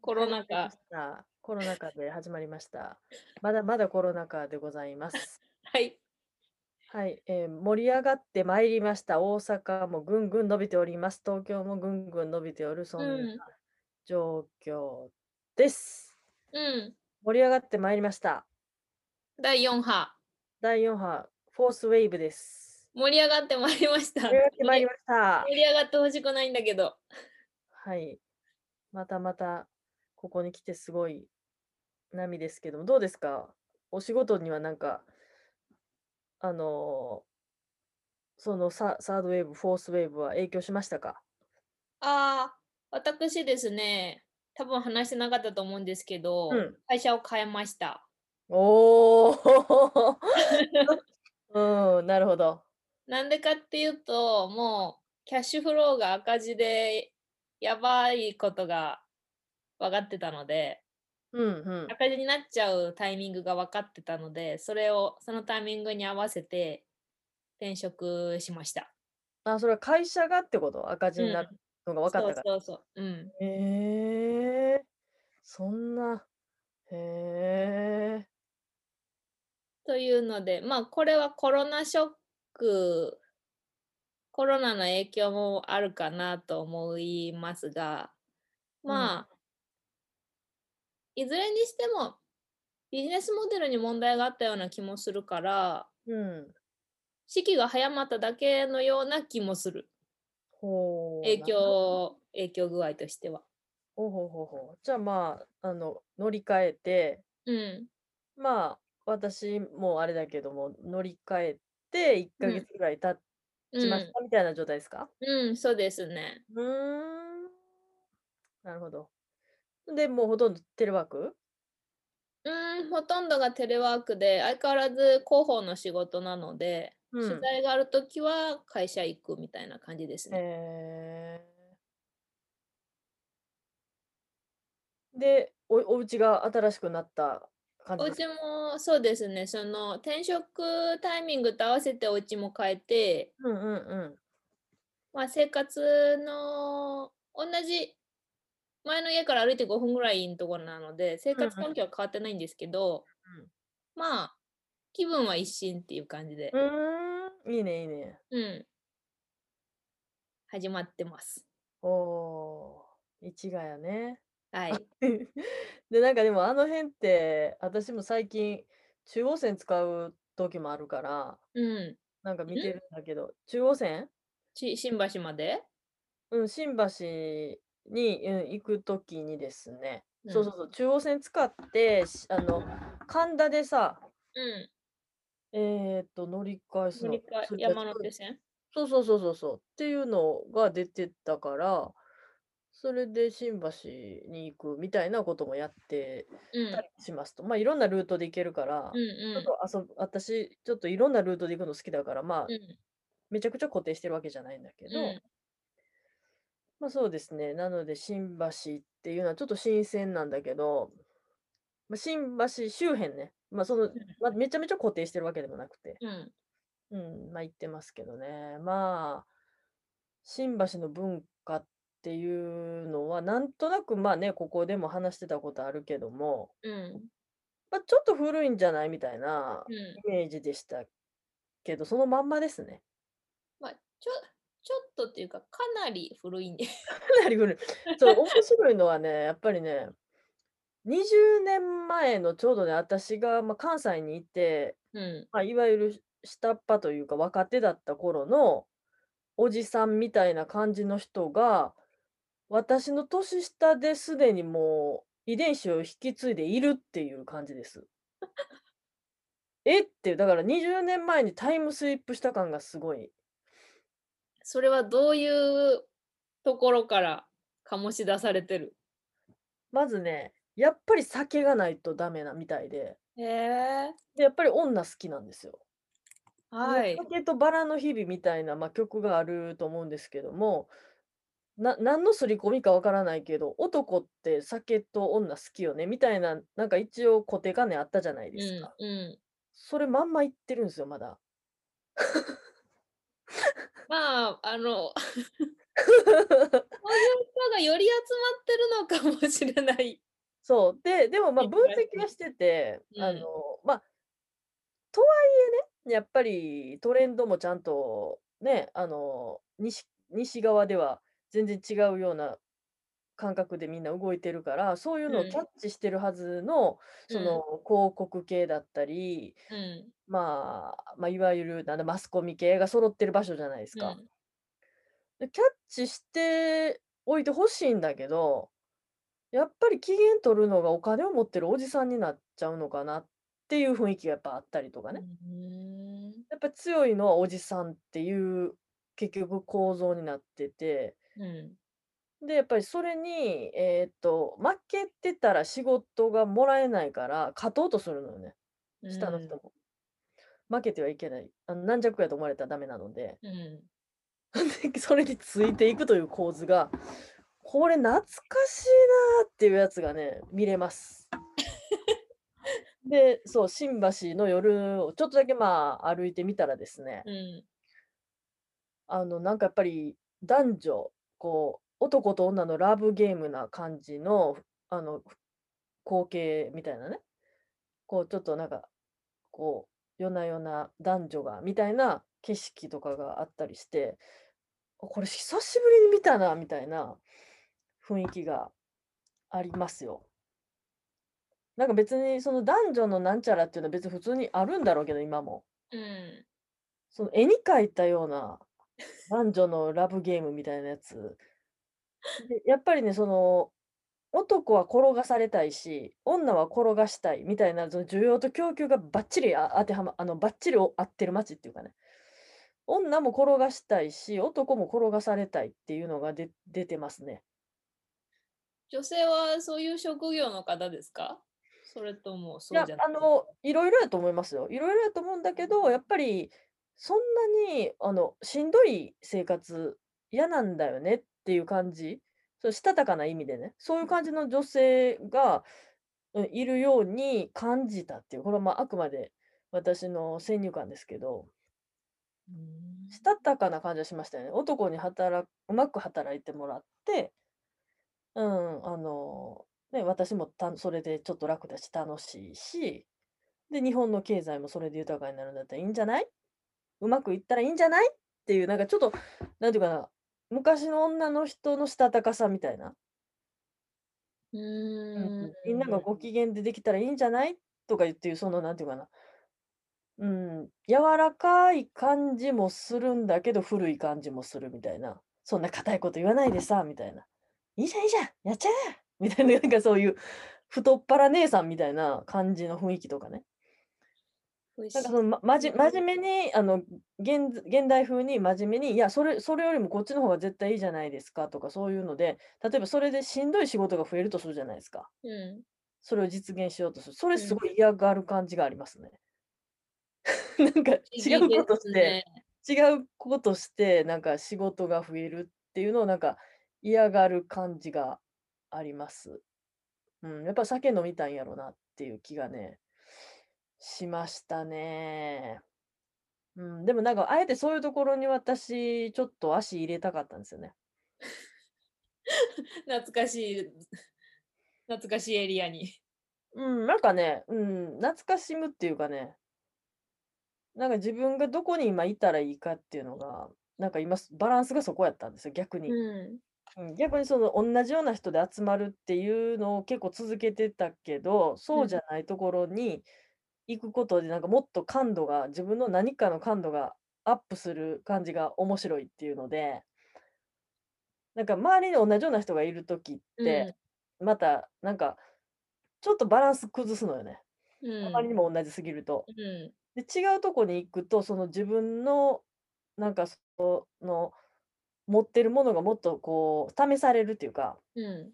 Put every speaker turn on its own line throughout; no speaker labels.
コロナ禍。
禍。コロナ禍で始まりました。まだまだコロナ禍でございます。
はい。
はい、えー盛り上がってまいりました。大阪もぐんぐん伸びております。東京もぐんぐん伸びておる、そ
うん。
なん状況です。
うん。
盛り上がってまいりました。
第4波。
第4波、フォースウェーブです。
盛り上がってまいりました。
盛り上がってまいりました
盛。り上がってほしくないんだけど。
はい。またまた、ここに来てすごい波ですけども、どうですかお仕事にはなんか、あのーそのササードウェーブ、フォースウェーブは影響しましたか
ああ、私ですね、多分話してなかったと思うんですけど、
うん
会社を変えました。
おー うん、なるほど。
なんでかっていうと、もうキャッシュフローが赤字でやばいことが分かってたので、
うん、うん。
赤字になっちゃうタイミングが分かってたので、それをそのタイミングに合わせて転職しました。
あ、それは会社がってこと赤字にな
うん
るのが分かったから。
そうそうそう。うん。
へえー、そんな、へえ
というので、まあこれはコロナショック、コロナの影響もあるかなと思いますが、
うん
まあ、いずれにしてもビジネスモデルに問題があったような気もするから、
うん。
時期が早まっただけのような気もする。
ほう。
影
なるほど
響、影響具合としては。
ほうほうほうほう。じゃあまあ、あの、乗り換えて、
うん。
まあ、私もあれだけども、乗り換えて1ヶ
うん
月ぐらい経
う
ちまし
ん、
たみたいな状態ですか
うん、そうですね。
うーん。なるほど。で、もうほとんどテレワーク
うん、ほとんどがテレワークで、相変わらず広報の仕事なので、
うん
取材があるときは会社行くみたいな感じですね。
えーで、おお家が新しくなった感
お
じです
家もそうですね、その転職タイミングと合わせてお家も変えて、
うんうんうん。
まあ、生活の同じ前の家から歩いて5分ぐらいのところなので、生活
うんうん
環境は変わってないんですけど、
うん
まあ、気分は一新っていう感じで、
うーん、いいねいいね。
うん、始まってます。
おー、市ヶ谷ね。
はい。
でなんかでもあの辺って私も最近中央線使う時もあるから
うん。
なんか見てるんだけど中央線、
し新橋まで
うん、新橋に、うん、行く時にですね、そうそうそう中央線使ってしあの神田でさ
うん。
えー、っと乗り換えす
乗
の
り換え
するやつ
山手線
そうそうそうそうそうっていうのが出てたからそれで新橋に行くみたいなこともやって
うん。
たりしますと、まあいろんなルートで行けるから、
うん
ち
う
ょっ
ん。
と遊ぶ私ちょっといろんなルートで行くの好きだからまあ、
うん
めちゃくちゃ固定してるわけじゃないんだけど、
うん
まあそうですねなので新橋っていうのはちょっと新鮮なんだけど、まあ、新橋周辺ね、まあそのまあ、めちゃめちゃ固定してるわけでもなくて、
うん。
うん、まあ行ってますけどねまあ新橋の文化っていうのはなんとなくまあねここでも話してたことあるけども、
うん。
まあ、ちょっと古いんじゃないみたいな
うん。
イメージでしたけど、そのまんまですね。
まあ、ちょ、ちょっとっていうか、かなり古いんで。
かなり古い。そう、面白いのはね、やっぱりね、20年前のちょうどね、私が、まあ、関西にいて、
うん。
まあ、いわゆる下っ端というか若手だった頃のおじさんみたいな感じの人が、私の年下ですでにもう遺伝子を引き継いでいるっていう感じです。えっていう、だから20年前にタイムスリップした感がすごい。
それはどういうところから醸し出されてる
まずね、やっぱり酒がないとダメなみたいで、
へえ。
でやっぱり女好きなんですよ。で
はい。
酒とバラの日々みたいな、まあ、曲があると思うんですけども、な何の刷り込みかわからないけど、男って酒と女好きよねみたいな、なんか一応固定観念あったじゃないうですか。
ん。うん。
それまんま言ってるんですよ、まだ。
まあ、あの、そういう人がより集まってるのかもしれない。
そうででもまあ
いっ
分
ぱい
析はしてて、
うん
あのまあとはいえねやっぱりトレンドもちゃんとねあの西西側では全然違うような感覚でみんな動いてるからそういうのを
うん
キャッチしてるはずの、そ
うん
の広告系だったり、
うん。
まあ、まあいわゆるなんだマスコミ系が揃ってる場所じゃないですか。
うん
でキャッチしておいてほしいんだけど、やっぱり期限取るのがお金を持ってるおじさんになっちゃうのかなっていう雰囲気がやっぱあったりとかね。
うん
やっぱ強いのはおじさんっていう結局構造になってて、
うん
で、やっぱりそれに、えっと、負けてたら仕事がもらえないから勝とうとするのよね、
うん
下の人も。負けてはいけない。あの軟弱やと思われたらダメなので。
うん
でそれについていくという構図がこれ懐かしいなーっていうやつがね見れます。でそう新橋の夜をちょっとだけまあ歩いてみたらですね
うん
あのなんかやっぱり男女こう男と女のラブゲームな感じのあの光景みたいなねこうちょっとなんかこう夜な夜な男女がみたいな景色とかがあったりしてあこれ久しぶりに見たなみたいな雰囲気がありますよ。なんか別にその男女のなんちゃらっていうのは別に普通にあるんだろうけど今も。
うん
その絵に描いたような男女のラブゲームみたいなやつ。でやっぱりね、その男は転がされたいし、女は転がしたいみたいな、その需要と供給がばっちりあ当てはま、あのばっちり合ってる街っていうかね。女も転がしたいし、男も転がされたいっていうのがで出てますね。
女性はそういう職業の方ですかそれとも
い
そう
や
じゃない
あのいろいろやと思いますよ。いろいろやと思うんだけど、やっぱりそんなにあのしんどい生活嫌なんだよねっていう感じ、そうしたたかな意味でね、そういう感じの女性がうんいるように感じたっていう、これはまああくまで私の先入観ですけど、
うん
したたかな感じはしましたよね。男に働くうまく働いてもらって、うん、あの、ね、私もたそれでちょっと楽だし楽しいし、で、日本の経済もそれで豊かになるんだったらいいんじゃないうまくいったらいいんじゃないっていう、なんかちょっと、なんていうかな、昔の女の人のしたたかさみたいな、
うん
みんながご機嫌でできたらいいんじゃないとか言っていう、その、なんていうかな、うん、柔らかい感じもするんだけど、古い感じもするみたいな、そんな硬いこと言わないでさ、みたいな、いいじゃん、いいじゃん、やっちゃえみたいな、なんかそういう、太っ腹姉さんみたいな感じの雰囲気とかね。
不思
なんかその、ま、まじ真面目にあの現現代風に真面目にいやそれそれよりもこっちの方が絶対いいじゃないですかとかそういうので例えばそれでしんどい仕事が増えるとするじゃないですか
議うん
それを実現しようとするそれ
うん
すごい嫌がる感じがありますね。 なんか違う
不思議
こと
です
して、
ね
違うことしてなんか仕事が増えるっていうのをなんか嫌がる感じがあります。うん、やっぱ酒飲みたいんやろなっていう気がねしましたね。うん、でもなんかあえてそういうところに私ちょっと足入れたかったんですよね。
懐かしい懐かしいエリアに
うん、なんかね、うん、懐かしむっていうかね、なんか自分がどこに今いたらいいかっていうのが、なんか今す、バランスがそこやったんですよ、逆に。
うん
うん逆にその同じような人で集まるっていうのを結構続けてたけど、そううんじゃないところに行くことで、なんかもっと感度が、自分の何かの感度がアップする感じが面白いっていうので、なんか周りに同じような人がいるときって、またなんかちょっとバランス崩すのよね。
うん
あまりにも同じすぎると。
うん
で違うとこに行くとその自分のなんかその持ってるものがもっとこう試されるっていうか
うん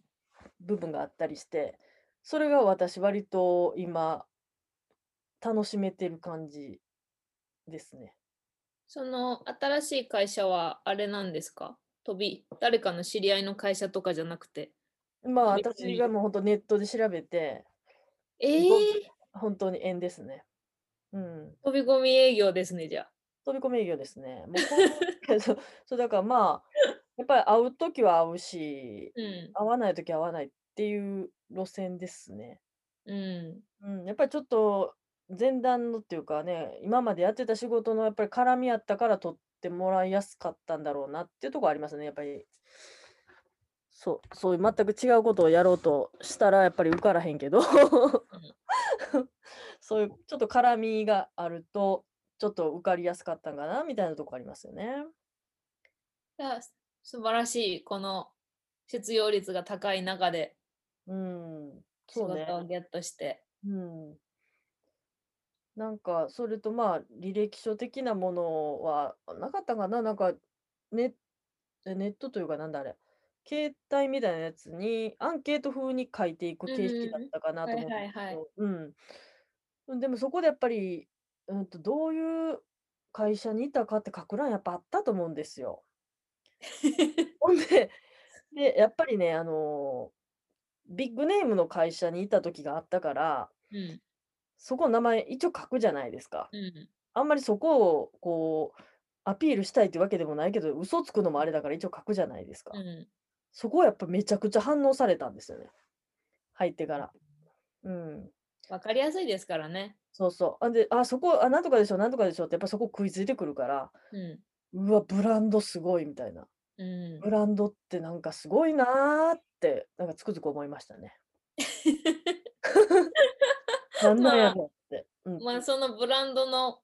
部分があったりしてそれが私割と今楽しめてる感じですね。
その新しい会社はあれなんですか飛び誰かの知り合いの会社とかじゃなくて
まあ
あ別
私
に
がもう本当ネットで調べて
え
び
ー
込、本当に縁ですね。うん、
飛び込み営業ですねじゃあ
飛び込み営業ですね。もうこうそうそうだからまあやっぱり会うときは会うし、
うん。
会わないときは会わないっていう路線ですね。
うん。
うん、やっぱりちょっと前段のっていうかね、今までやってた仕事のやっぱり絡み合ったから取ってもらいやすかったんだろうなっていうところありますね、やっぱり。そう、そういう全く違うことをやろうとしたらやっぱり受からへんけど、 そういうちょっと絡みがあると、ちょっと受かりやすかったんかなみたいなとこありますよね。
いやす素晴らしい、この失業率が高い中で
うん、
仕
そう
事
ね。
をゲットして。
うん。なんか、それとまあ、履歴書的なものはなかったかななんか、ネえネットというか、なんだあれ、携帯みたいなやつにアンケート風に書いていく
うん
形式だったかなと
はい
思うんで
はい
すけ
はい。
ど、うん。うんでもそこでやっぱり、うんと、どういう会社にいたかって書く欄やっぱあったと思うんですよ。 ほんで、で、やっぱりね、あのビッグネームの会社にいた時があったから、
うん。
そこの名前一応書くじゃないですか。
うん。
あんまりそこをこうアピールしたいってわけでもないけど、嘘つくのもあれだから一応書くじゃないですか。
う
そこはやっぱめちゃくちゃ反応されたんですよね。入ってから。うん。
ん。わかりやすいですからね。
そうそう。あで、あ、そこ、あ、なんとかでしょ、なんとかでしょって、やっぱそこ食いついてくるから、
う
うわ、ブランドすごいみたいな。
ん。うん。
ブランドってなんかすごいなーって、なんかつくづく思い ましたね。 なんなんやろって。うん。
まあそのブランドの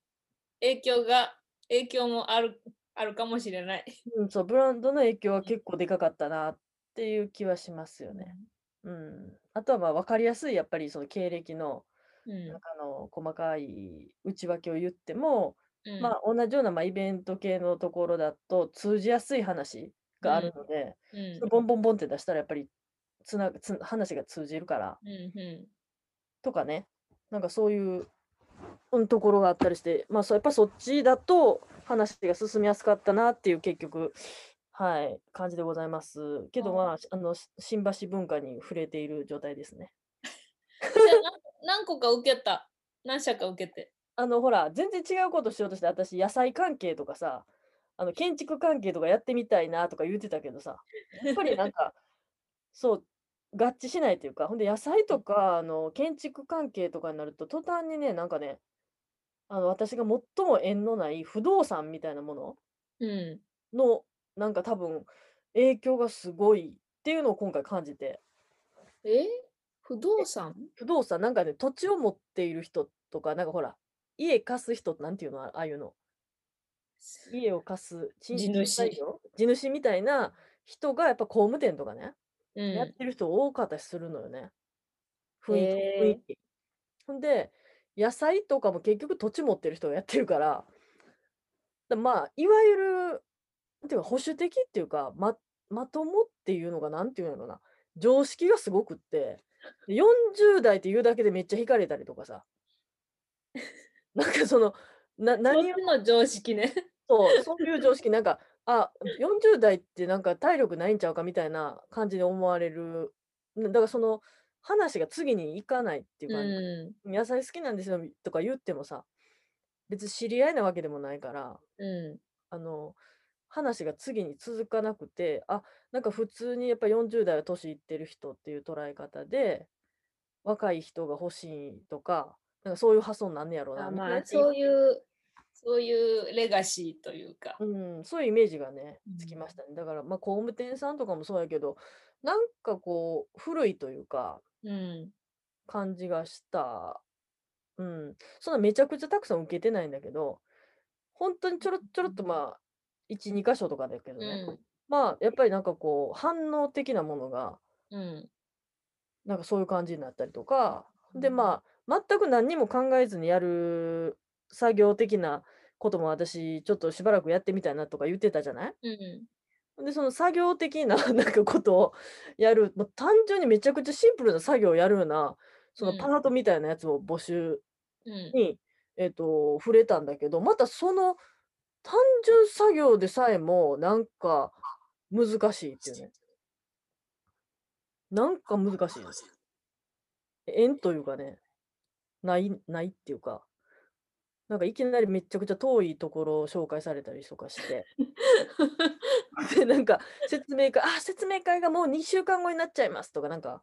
影響が影響もあるあるかもしれない。
うん、そう、ブランドの影響は結構でかかったなっていう気はしますよね。うん。あとはまあ分かりやすい、やっぱりその経歴の
う
なん
ん
かあの細かい内訳を言っても、
うん
まあ同じようなまあイベント系のところだと通じやすい話があるので、
う
それ
ん
ボンボンボンって出したらやっぱりつなつ話が通じるから
うんう
とかね、なんかそういううんところがあったりして、まあそうやっぱそっちだと話が進みやすかったなっていう結局、はい、感じでございます。けど
ん
まあ、しあの、し新橋文化に触れている状態ですね。
じゃあ何何個か受けた何社か受けて。
あの、ほら、全然違うことしようとして、私、野菜関係とかさ、あの、建築関係とかやってみたいなとか言ってたけどさ、やっぱりなんか、そう、合致しないというか、ほんで野菜とか、あの、建築関係とかになると、途端にね、なんかね、あの、私が最も縁のない不動産みたいなもの
うん
の、なんか多分、影響がすごいっていうのを今回感じて、
え不動産
不動産、なんかね、土地を持っている人とか、なんかほら、家貸す人、なんていうの、あああいうの。家を貸す賃
地
賃
主
貸業地主みたいな人がやっぱ工務店とかね、
う
やっ
ん
てる人多かったりするのよね。雰囲
へ
気。
ー
雰囲気ほんで、野菜とかも結局土地持ってる人がやってるから、だまあ、いわゆる、なんていうか保守的っていうか、ま、まともっていうのが、なんていうのかな、常識がすごくって、で40代っていうだけでめっちゃ惹かれたりとか さ、なんかその、な
そっ
何を
ちの常識ね。
そう、そういう常識、なんか、あ、40代ってなんか体力ないんちゃうかみたいな感じで思われる。んだからその話が次に行かないっていう
う
か、
ん
野菜好きなんですよとか言ってもさ、別に知り合いなわけでもないから、
う。
あの、話が次に続かなくて、あ、なんか普通にやっぱ40代は年いってる人っていう捉え方で、若い人が欲しいとか、なんかそういう発想なんねやろうんな、
あ
みたい
ま
な
あそういうそういうレガシーというか。
うん、そういうイメージがね、つき
うん
ましたね。だから、まあ、工務店さんとかもそうやけど、なんかこう、古いというか、
うん
感じがした。うん。そんなめちゃくちゃたくさん受けてないんだけど、本当にちょろちょろっと、まあ、1、2箇所とかだけど
う
ね。
ん
まあ、やっぱりなんかこう、反応的なものが、
うん
なんかそういう感じになったりとか、で、
うん
まあ、全く何にも考えずにやる作業的なことも私、ちょっとしばらくやってみたいなとか言ってたじゃない
うん
で、その作業的な なんかことをやる、もう単純にめちゃくちゃシンプルな作業をやるような、その
うん
パートみたいなやつを募集
うん
に、えっと、触れたんだけど、またその単純作業でさえも、なんか難しいっていうね。なんか難しい。縁というかね、ない、ないっていうか、なんかいきなりめちゃくちゃ遠いところを紹介されたりとかして、でなんか説明会、あ、説明会がもう2週間後になっちゃいますとか、なんか、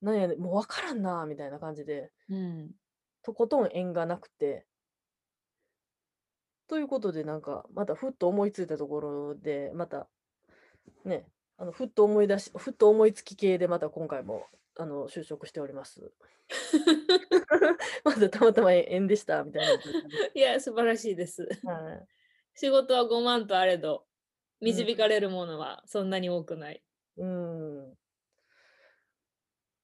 なんやねん、もうわからんな、みたいな感じで、
うん。
とことん縁がなくて。ということで、なんか、またふっと思いついたところで、また、ね、あのふっと思い出し、ふっと思いつき系で、また今回も、あの、就職しております。 まずたまたま縁でした、みたいなやつですね。
いや、素晴らしいです。
はい
仕事は5万とあれど、導かれるものはそんなに多くない。
うん。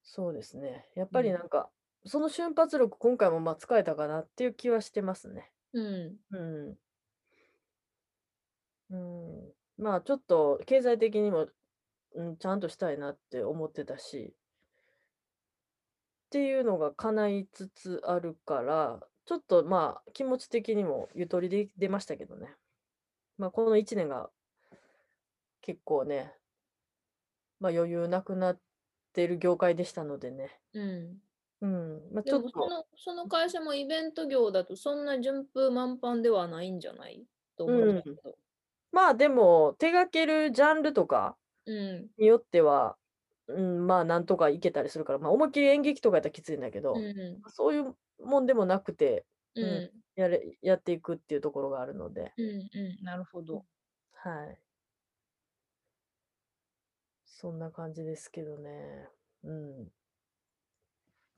そうですね。やっぱ
う
り
ん
なんか、その瞬発力、今回もまあ使えたかなっていう気はしてますね。
うん。
うん。うん、まあ、ちょっと経済的にも、うん、ちゃんとしたいなって思ってたし、っていうのが叶いつつあるから、ちょっとまあ、気持ち的にもゆとりで出ましたけどね。まあ、この1年が結構ね、まあ、余裕なくなってる業界でしたのでね。
うん。
うん。まあ、ち
で
ょっ
もそ
と、
の、その会社もイベント業だとそんな順風満帆ではないんじゃないと思うんだけど。
まあ、でも、手掛けるジャンルとか、
うん。
によっては、うん、まあなんとかいけたりするから、まあ、思いっきり演劇とかやったらきついんだけど、
うん。
そういうもんでもなくて
うん。う
やれやっていくっていうところがあるので、
ん。うん。なるほど。
はい、そんな感じですけどね。うん、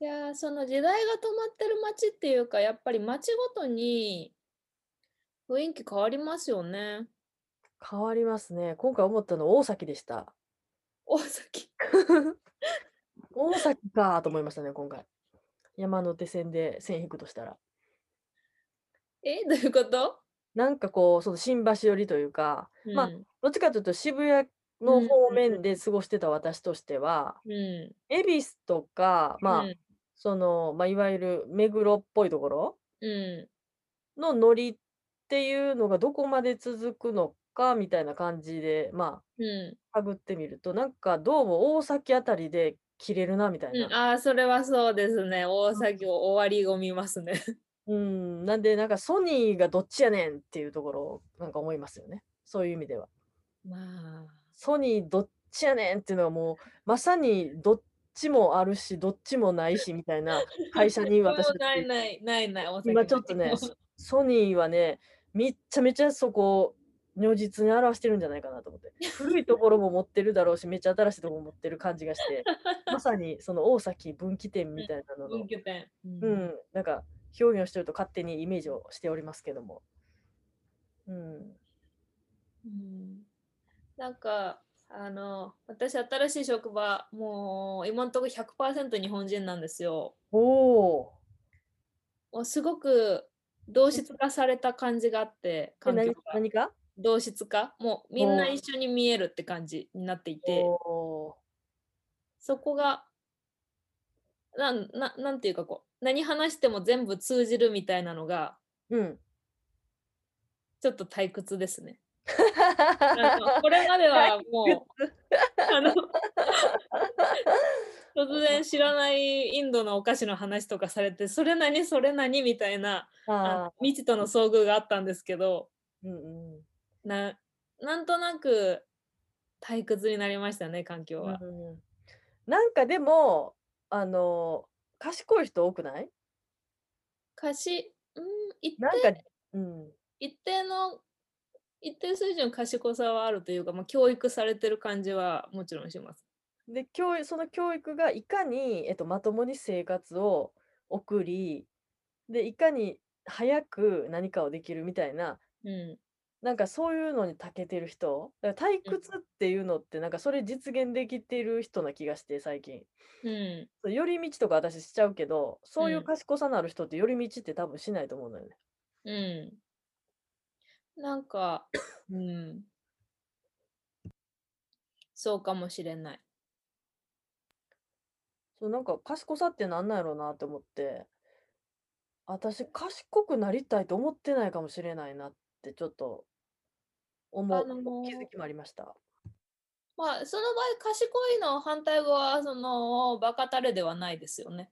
いやーその時代が止まってる街っていうかやっぱり街ごとに雰囲気変わりますよね。
変わりますね。今回思ったの大崎でした。
大崎。
大崎かと思いましたね、今回。山手線で線引くとしたら。
え どういうこと、
なんかこう、その新橋寄りというか、まあ
うん
どっちかというと渋谷
う
の
んうん
方
う
面
ん
で過ごしてた私としては、
うん
恵比寿とか、まあ、
うん
その、まあ、いわゆる目黒っぽいところ
う
のノリっていうのがどこまで続くのかみたいな感じで、ま
んう
あ、探ってみると、なんかどうも大崎あたりで切れるなみたい
んうん、
な。
ああそれはそうですね大崎を終わりを見ます ね。
うん、なんで、なんかソニーがどっちやねんっていうところをなんか思いますよね。そういう意味では。
まあ
ソニーどっちやねんっていうのはもう、まさにどっちもあるし、どっちもないしみたいな会社に私
もう
たち
ないないないない大崎
今ちょっとね、ソソニーはね、めっちゃめちゃそこを如実に表してるんじゃないかなと 思って。古いところも持ってるだろうし、めっちゃ新しいところも持ってる感じ がして、まさにその大崎分岐点みたいなのの
分、岐点。う
うんん、なんか表現をしてると勝手にイメージをしておりますけども。うん、
うんなんかあの私新しい職場もう今のところ100%日本人なんですよ。
おー
もうすごく同質化された感じがあって
え
環境
何
が
何か
同質化もうみんな
おー
一緒に見えるって感じになっていて
おー
そこがなんななんていうかこう何話しても全部通じるみたいなのが
うん。
ちょっと退屈ですね。なんかこれまではもうあの突然知らないインドのお菓子の話とかされてそれ何それ何みたいなあ
あ
の未知との遭遇があったんですけど
ーうんうん
ななんとなく退屈になりましたね環境は。
うんなんかでも、あの、賢い人多くない
かし、うん、一定
なんか、うん、
一定の一定水準の賢さはあるというか、まあ、教育されてる感じはもちろんします。
で教育その教育がいかに、えっと、まともに生活を送りでいかに早く何かをできるみたいな
うん、
なんかそういうのに長けてる人だから退
うん
屈っていうのってなんかそれ実現できてる人な気がして最近
うん、
そう寄り道とか私しちゃうけどそういううん賢さのある人って寄り道って多分しないと思うのよね。
うん。なん か、うん、そうかもしれない。
そうなんか賢さってなんなんやろうなって思って私賢くなりたいと思ってないかもしれないなってちょっと思
あ
う
の
気
ー
づきもありました。
まあ、その場合、賢いの反対語は、その、バカたれではないですよね。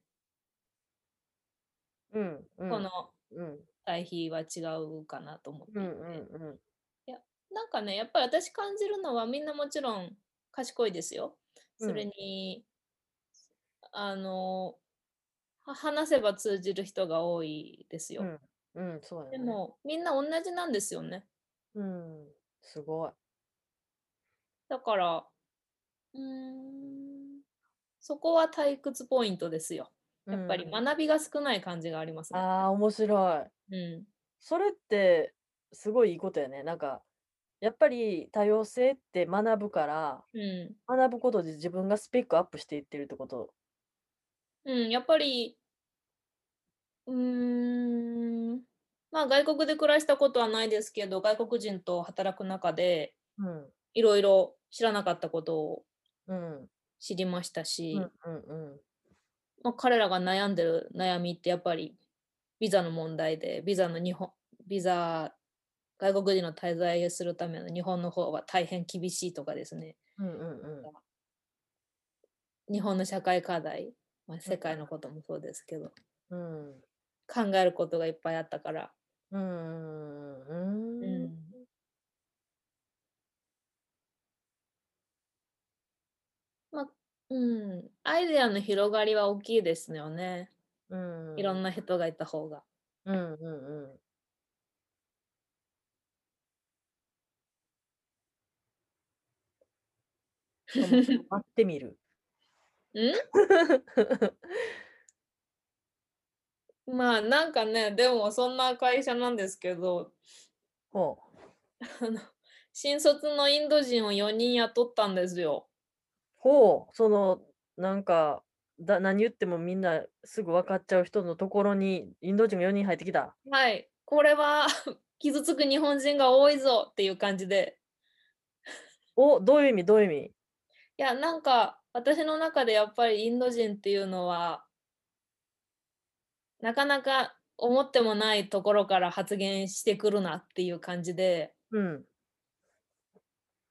うんうん
この
うん
対比は違うかなと思って
う
い
ん
て。
うんうん
なんかね、やっぱり私感じるのはみんなもちろん賢いですよ。
う
それ
ん。
に、あの、は話せば通じる人が多いです
う
よ。
ん。うん、そう
で
やね。
も、みんな同じなんですよね。
うん。すごい。
だから、うーん、そこは退屈ポイントですよ。
う
やっぱり
ん。
学びが少ない感じがありますね。
ああ、面白い。
うん。
それってすごいいいことやね。なんか、やっぱり多様性って学ぶから、
うん。
学ぶことで自分がスペックアップしていってるってこと。
うん、やっぱり、うーん。まあ、外国で暮らしたことはないですけど、外国人と働く中で、
うん。
いろいろ知らなかったことを
うん。
知りました
うん
し、
うんうん。
まあ、彼らが悩んでる悩みってやっぱりビザの問題で、ビザの日本、ビザ、外国人の滞在をするための日本の方は大変厳しいとかですね。
うんうんうん。
日本の社会課題、まあ、
うん
世界のこともそうですけど、
うん。
考えることがいっぱいあったから、
うん。う
うん
うん
ん、まあ、うん、アイデアの広がりは大きいですよね。
う
いろ
ん
んな人がいた方が。
うんうん。ちょっともう待ってみる。
んまあなんかね、でもそんな会社なんですけど、
ほう。
あの新卒のインド人を4人雇ったんですよ。
ほう。その、なんか、だ何言ってもみんなすぐ分かっちゃう人のところにインド人が4人入ってきた。
はい、これは 傷つく日本人が多いぞっていう感じで。
お、どういう意味どういう意味
いや、なんか私の中でやっぱりインド人っていうのは、なかなか思ってもないところから発言してくるなっていう感じで、
うん。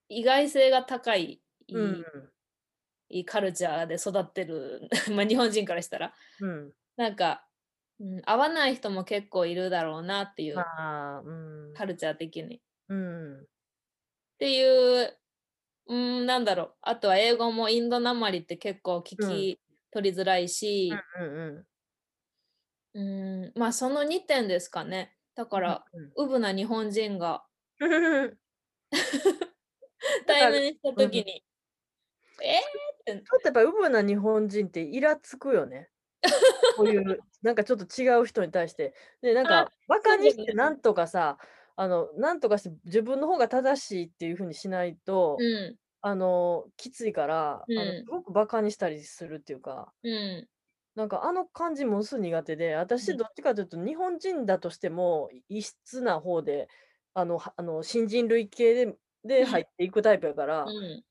意外性が高い、
うん。
いいいカルチャーで育ってる、 まあ日本人からしたら、
うん。
なんか、うん、合わない人も結構いるだろうなってい
ま
う、
あ、うん。
カルチャー的に。っ
うん。
ていう、うん、なんだろう。あとは英語もインドなまりって結構聞
うん。
き取りづらいし、
うん
うん、まあその2点ですかね。だか
うん
ら、
うん
ウブな日本人 が
うん だ
対
から、
面した
う
時
ん、
に、えーって、
ちょっとやっぱウブな日本人ってイラつくよね。こういう、 なんかちょっと違う人に対して。で、なん
あ、
か、バカ
そう
に
で
し
す
て
ね。
なんとかさ、あの、なんとかして自分の方が正しいっていうふうにしないうと、
ん、
あの、きついから、
う
あの、す
ん、
ごくバカにしたりするっていうか、
うん、
なんかあの感じものすごい苦手で、
う
私
ん。
どっちかというと日本人だとしてもい異質な方で、あの、はあの新人類系で、で入っていくタイプやから、
うん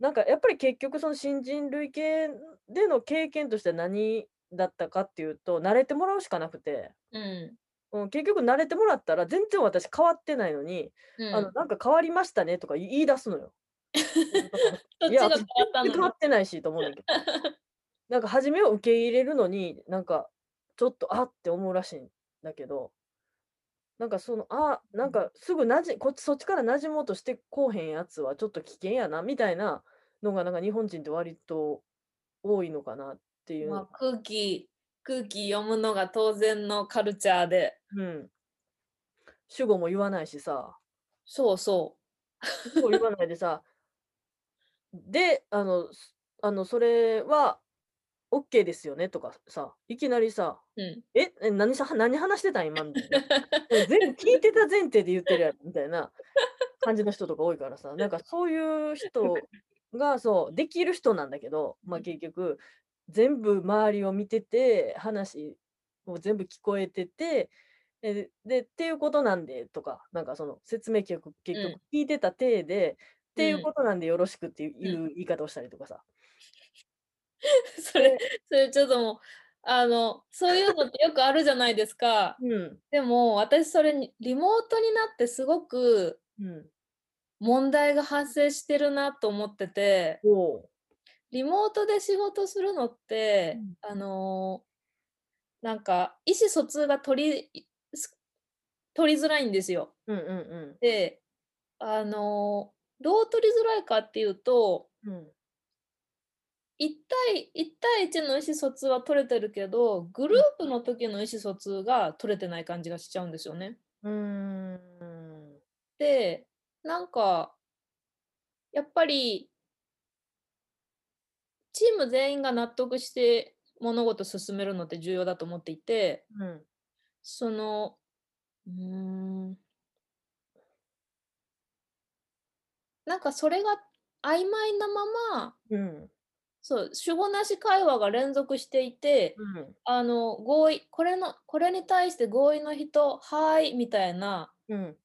なんかやっぱり結局その新人類系での経験としては何だったかっていうと、慣れてもらうしかなくて、
うん、
うん、結局慣れてもらったら全然私変わってないのに、
う
あの、
ん。
なんか変わりましたねとか言い出すの よ。う
そっ
んだから、い
ち
や、
が変
私
わ
全
ったの
然変わ
に。
ってないしと思うねんだけど。なんか初めは受け入れるのになんかちょっとあって思うらしいんだけどなんかそのあ
う
なん
ん
かすぐなじこっちそっちからなじもうとしてこうへんやつはちょっと危険やなみたいなのがなんか日本人って割と多いのかなってい
まあ、
う、
空気、空気読むのが当然のカルチャーで。
うん、主語も言わないしさ
そうそ
主語言わないでさであのすあのそれは OK ですよねとかさいきなりさ
う。うん。
ええ何さ何話してたん今みたいな。もう全聞いてた前提で言ってるやろみたいな感じの人とか多いからさ、なんかそういう人がそうできる人なんだけど、まあ、結局全部周りを見てて話を全部聞こえててえでっていうことなんでとかなんかその説明結局結
う
局
ん。
聞いてた体でって
う
いうこ
ん。
となんでよろしくっていう
うん。
いう言い方をしたりとかさ。
それ、
で、
それちょっともう、あの、そういうのってよくあるじゃないですか。
うん、
でも、私それに、リモートになってすごく
うん、
問題が発生してるなと思ってて、
おう、
リモートで仕事するのっ
う
て、
ん、
あのなんか、意思疎通が取り、取りづらいんですよ。
うん、うん、
であのどう取りづらいかっていうと
うん。
1対 ,1 対1の意思疎通は取れてるけどグループの時の意思疎通が取れてない感じがしちゃうんですよね。
うーん。
でなんかやっぱりチーム全員が納得して物事進めるのって重要だと思っていて
うん。
そのうーんなんかそれが曖昧なまま
うん。
そう主語なし会話が連続していて、
うん。
あの合意これのこれに対して合意の人はーいみたいな
うん。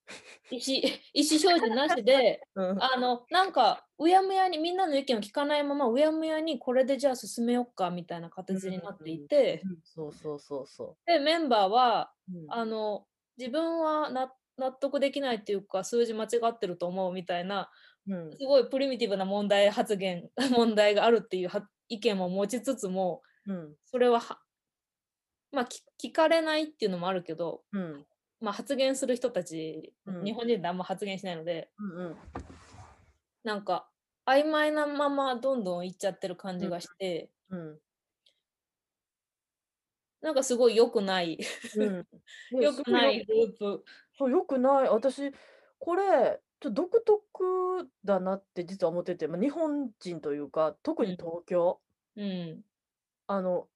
意思意思表示なしで
うん。
あのなんかうやむやにみんなの意見を聞かないままうやむやにこれでじゃあ進めよっかみたいな形になっていて、
そうそうそうそ
でメンバーは
う。うん
あの自分はな納得できないっていうか数字間違ってると思うみたいな
うん。
すごいプリミティブな問題発言 問題があるっていうは意見も持ちつつも
うん。
それははまあ聞聞かれないっていうのもあるけど、
うん。
まあ、発言する人たち、
うん
日本人ってあんま発言しないので
うん。
なんか曖昧なままどんどんいっちゃってる感じがして、
うん。
なんかすごい良くない
うん。ね
良くない。グループ。
そう、よくない。私、これ、ちょっと独特だなって実は思ってて、まあ、日本人というか、特
う
に
ん
東京、
うん
あの、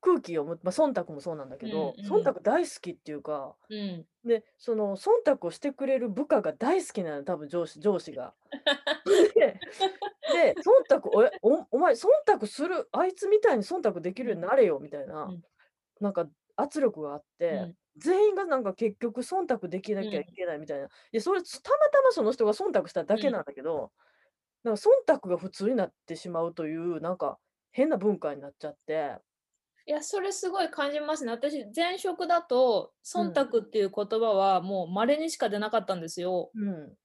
空気読む、まあ、忖度もそうなんだけど、
うんうん
忖度大好きっていうか、
うん、
で、その、忖度をしてくれる部下が大好きなの、多分上司、上司 が。 で、で忖度おやお、お前、忖度する、あいつみたいに忖度できるようになれよ、みたいな、
うん
なんか圧力があって、
うん
全員がなんか結局忖度できなきゃ
うん
いけないみたいな。いや、それ、つたまたまその人が忖度しただけ
うん
なんだけど、なんか忖度が普通になってしまうという、なんか変な文化になっちゃって。
いやそれすごい感じますね私前職だと
うん
忖度っていう言葉はもう稀にしか出なかったんですよ、
うん。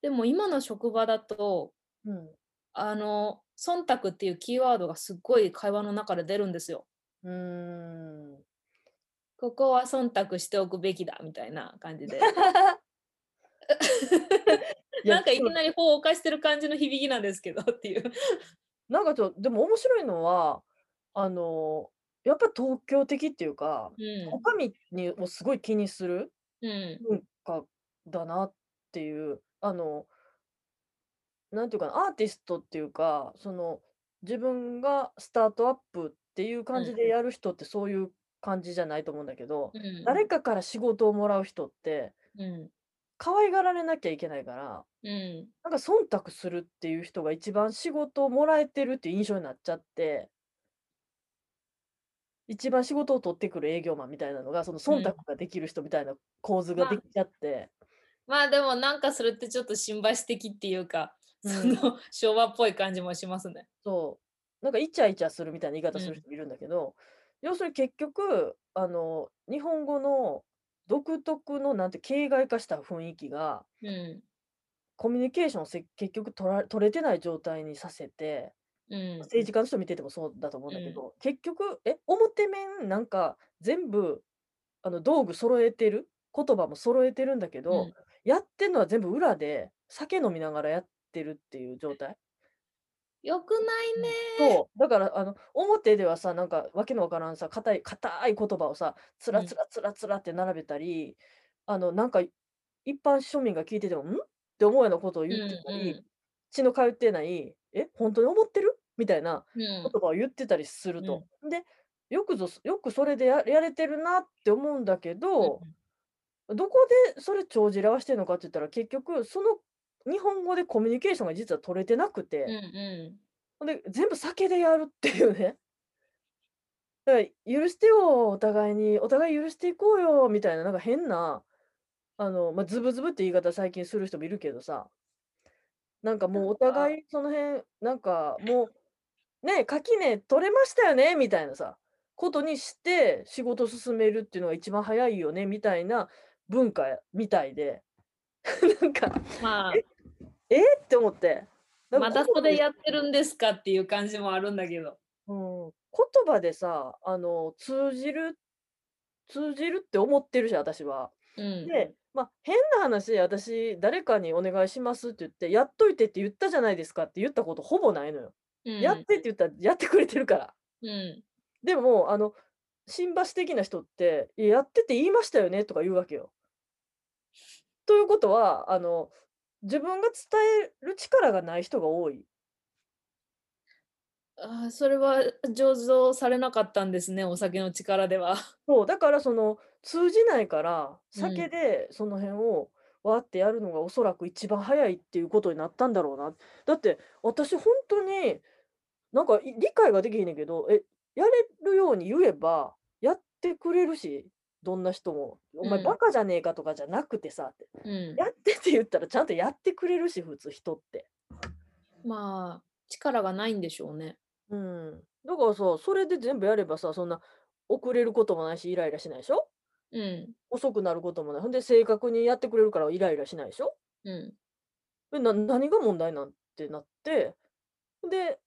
でも今の職場だと
うん。
あの忖度っていうキーワードがすっごい会話の中で出るんですよ
うーん。
ここは忖度しておくべきだみたいな感じ で
や
なんかいき
そう
なり法を犯してる感じの響きなんですけどっていう
なんかちょっと、でも面白いのは、あの、やっぱ東京的っていうか、
う
女将にをすごい気にする
んう
文化だなっていう、あの、なんていうかな、アーティストっていうか、その、自分がスタートアップっていう感じ
うん
でやる人ってそういう感じじゃないと思うんだけど、
んうん
誰かから仕事をもらう人って、
うん
可愛がられなきゃいけないから、
うん
なんか忖度するっていう人が一番仕事をもらえてるっていう印象になっちゃって、一番仕事を取ってくる営業マンみたいなのが、その忖度ができる人みたいな構図が
まあ
できちゃって、
まあでもなんかそれってちょっと新橋的っていうか、そ
うん
の昭和っぽい感じもしますね。
そう、なんかイチャイチャするみたいな言い方す
う
る
ん
人もいるんだけど、要するに結局、あの、日本語の独特のなんて形骸化した雰囲気が、
う
コミュニケーションをせ結局取ら取れてない状態にさせて、
ん。うん。
政治家の人見ててもそうだと思うんだけ
うん
ど、結局え表面なんか全部あの道具揃えてる言葉も揃えてるんだけど、
うん
やってるのは全部裏で酒飲みながらやってるっていう状態、
よくないね。
そうだからあの表ではさなんかわけのわからんさ硬い硬い言葉をさつら
うん
つらつらつらって並べたり、あのなんか一般庶民が聞いてても「ん?」って思うようなことを言ってたり、
うんうん
血の通ってない「え本当に思ってる?」みたいな
うん。
言葉を言ってたりすると。でよくぞよくそれでややれてるなって思うんだけど、どこでそれ帳尻合わせてるのかって言ったら結局その日本語でコミュニケーションが実は取れてなく
うん
て、
う
で全部酒でやるっていうね。 だから許してよお互いにお互い許していこうよみたいななんか変なあの、まあ、ズブズブって言い方最近する人もいるけどさなんかもうお
なんか
互いその辺なんかもうねえ垣根取れましたよねみたいなさことにして仕事進めるっていうのが一番早いよねみたいな文化みたいで なんか
ん。ま
えって思って。
あ、
なんか
またそ
言葉
れ
で
やってるんですかっていう感じもあるんだけど。
うん、言葉でさあの通じる通じるって思ってるじゃん私は。
うん。
でまあ、変な話、私、誰かにお願いしますって言って、やっといてって言ったじゃないですかって言ったことほぼないのよ。
うん
やってって言ったら、やってくれてるから。
うん
でも、あの、新橋的な人って、いややってって言いましたよねとか言うわけよ。ということは、あの、自分が伝える力がない人が多い。
あーそれは醸造されなかったんですねお酒の力では。
そう、だからその、通じないから、
うん
酒でその辺を、わーってやるのがおそらく一番早いっていうことになったんだろうな。だって、私本当に、なんかい理解ができへんねんけど、え、やれるように言えば、やってくれるし、どんな人も。お
う
前
ん
バカじゃねえかとかじゃなくてさ、って
うん、
やってって言ったらちゃんとやってくれるし普通人って。
まあ力がないんでしょうね。
うん、だからさそれで全部やればさそんな遅れることもないしイライラしないでしょ
うん
遅くなることもないほんで正確にやってくれるからイライラしないでしょ
う
えな何が問題なんてなってで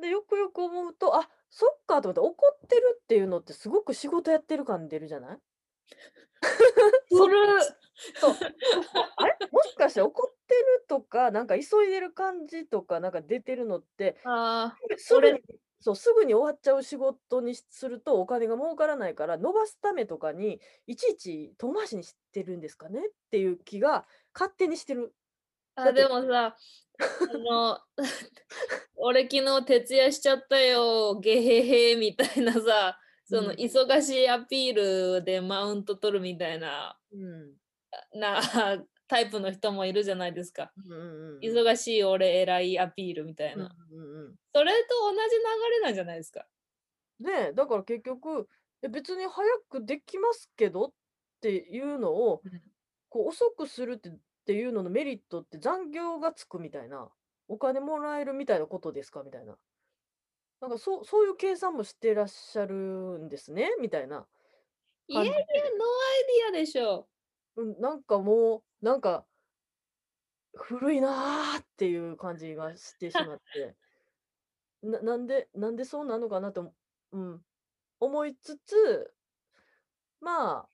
でよくよく思うとあそっかと思って怒ってるっていうのってすごく仕事やってる感出るじゃない
ん、
そ
そ
れ
れ
そうあれもしかして怒ってるとかなんか急いでる感じとかなんか出てるのって
あー
すぐ
俺
にそうすぐに終わっちゃう仕事にしするとお金が儲からないから伸ばすためとかにいちいち遠回しにしてるんですかねっていう気が勝手にしてる。だ
あ
って
でも さあの 俺昨日徹夜しちゃったよゲヘヘみたいなさその
うん
忙しいアピールでマウント取るみたいな
うん
なタイプの人もいるじゃないですか。
うんうんうん
忙しい俺偉いアピールみたいな、
うんうんうん
それと同じ流れなんじゃないですか
ねえだから結局え別に早くできますけどっていうのを
うん
こう遅くするってっていうののメリットって残業がつくみたいなお金もらえるみたいなことですかみたいななんかそうそういう計算もしてらっしゃるんですねみたいない
や
感
い
じ
や
で
ノーアイディアでしょ
うんなんかもうなんか古いなーっていう感じがしてしまってななんでなんでそうなのかなと、うん、思いつつまあ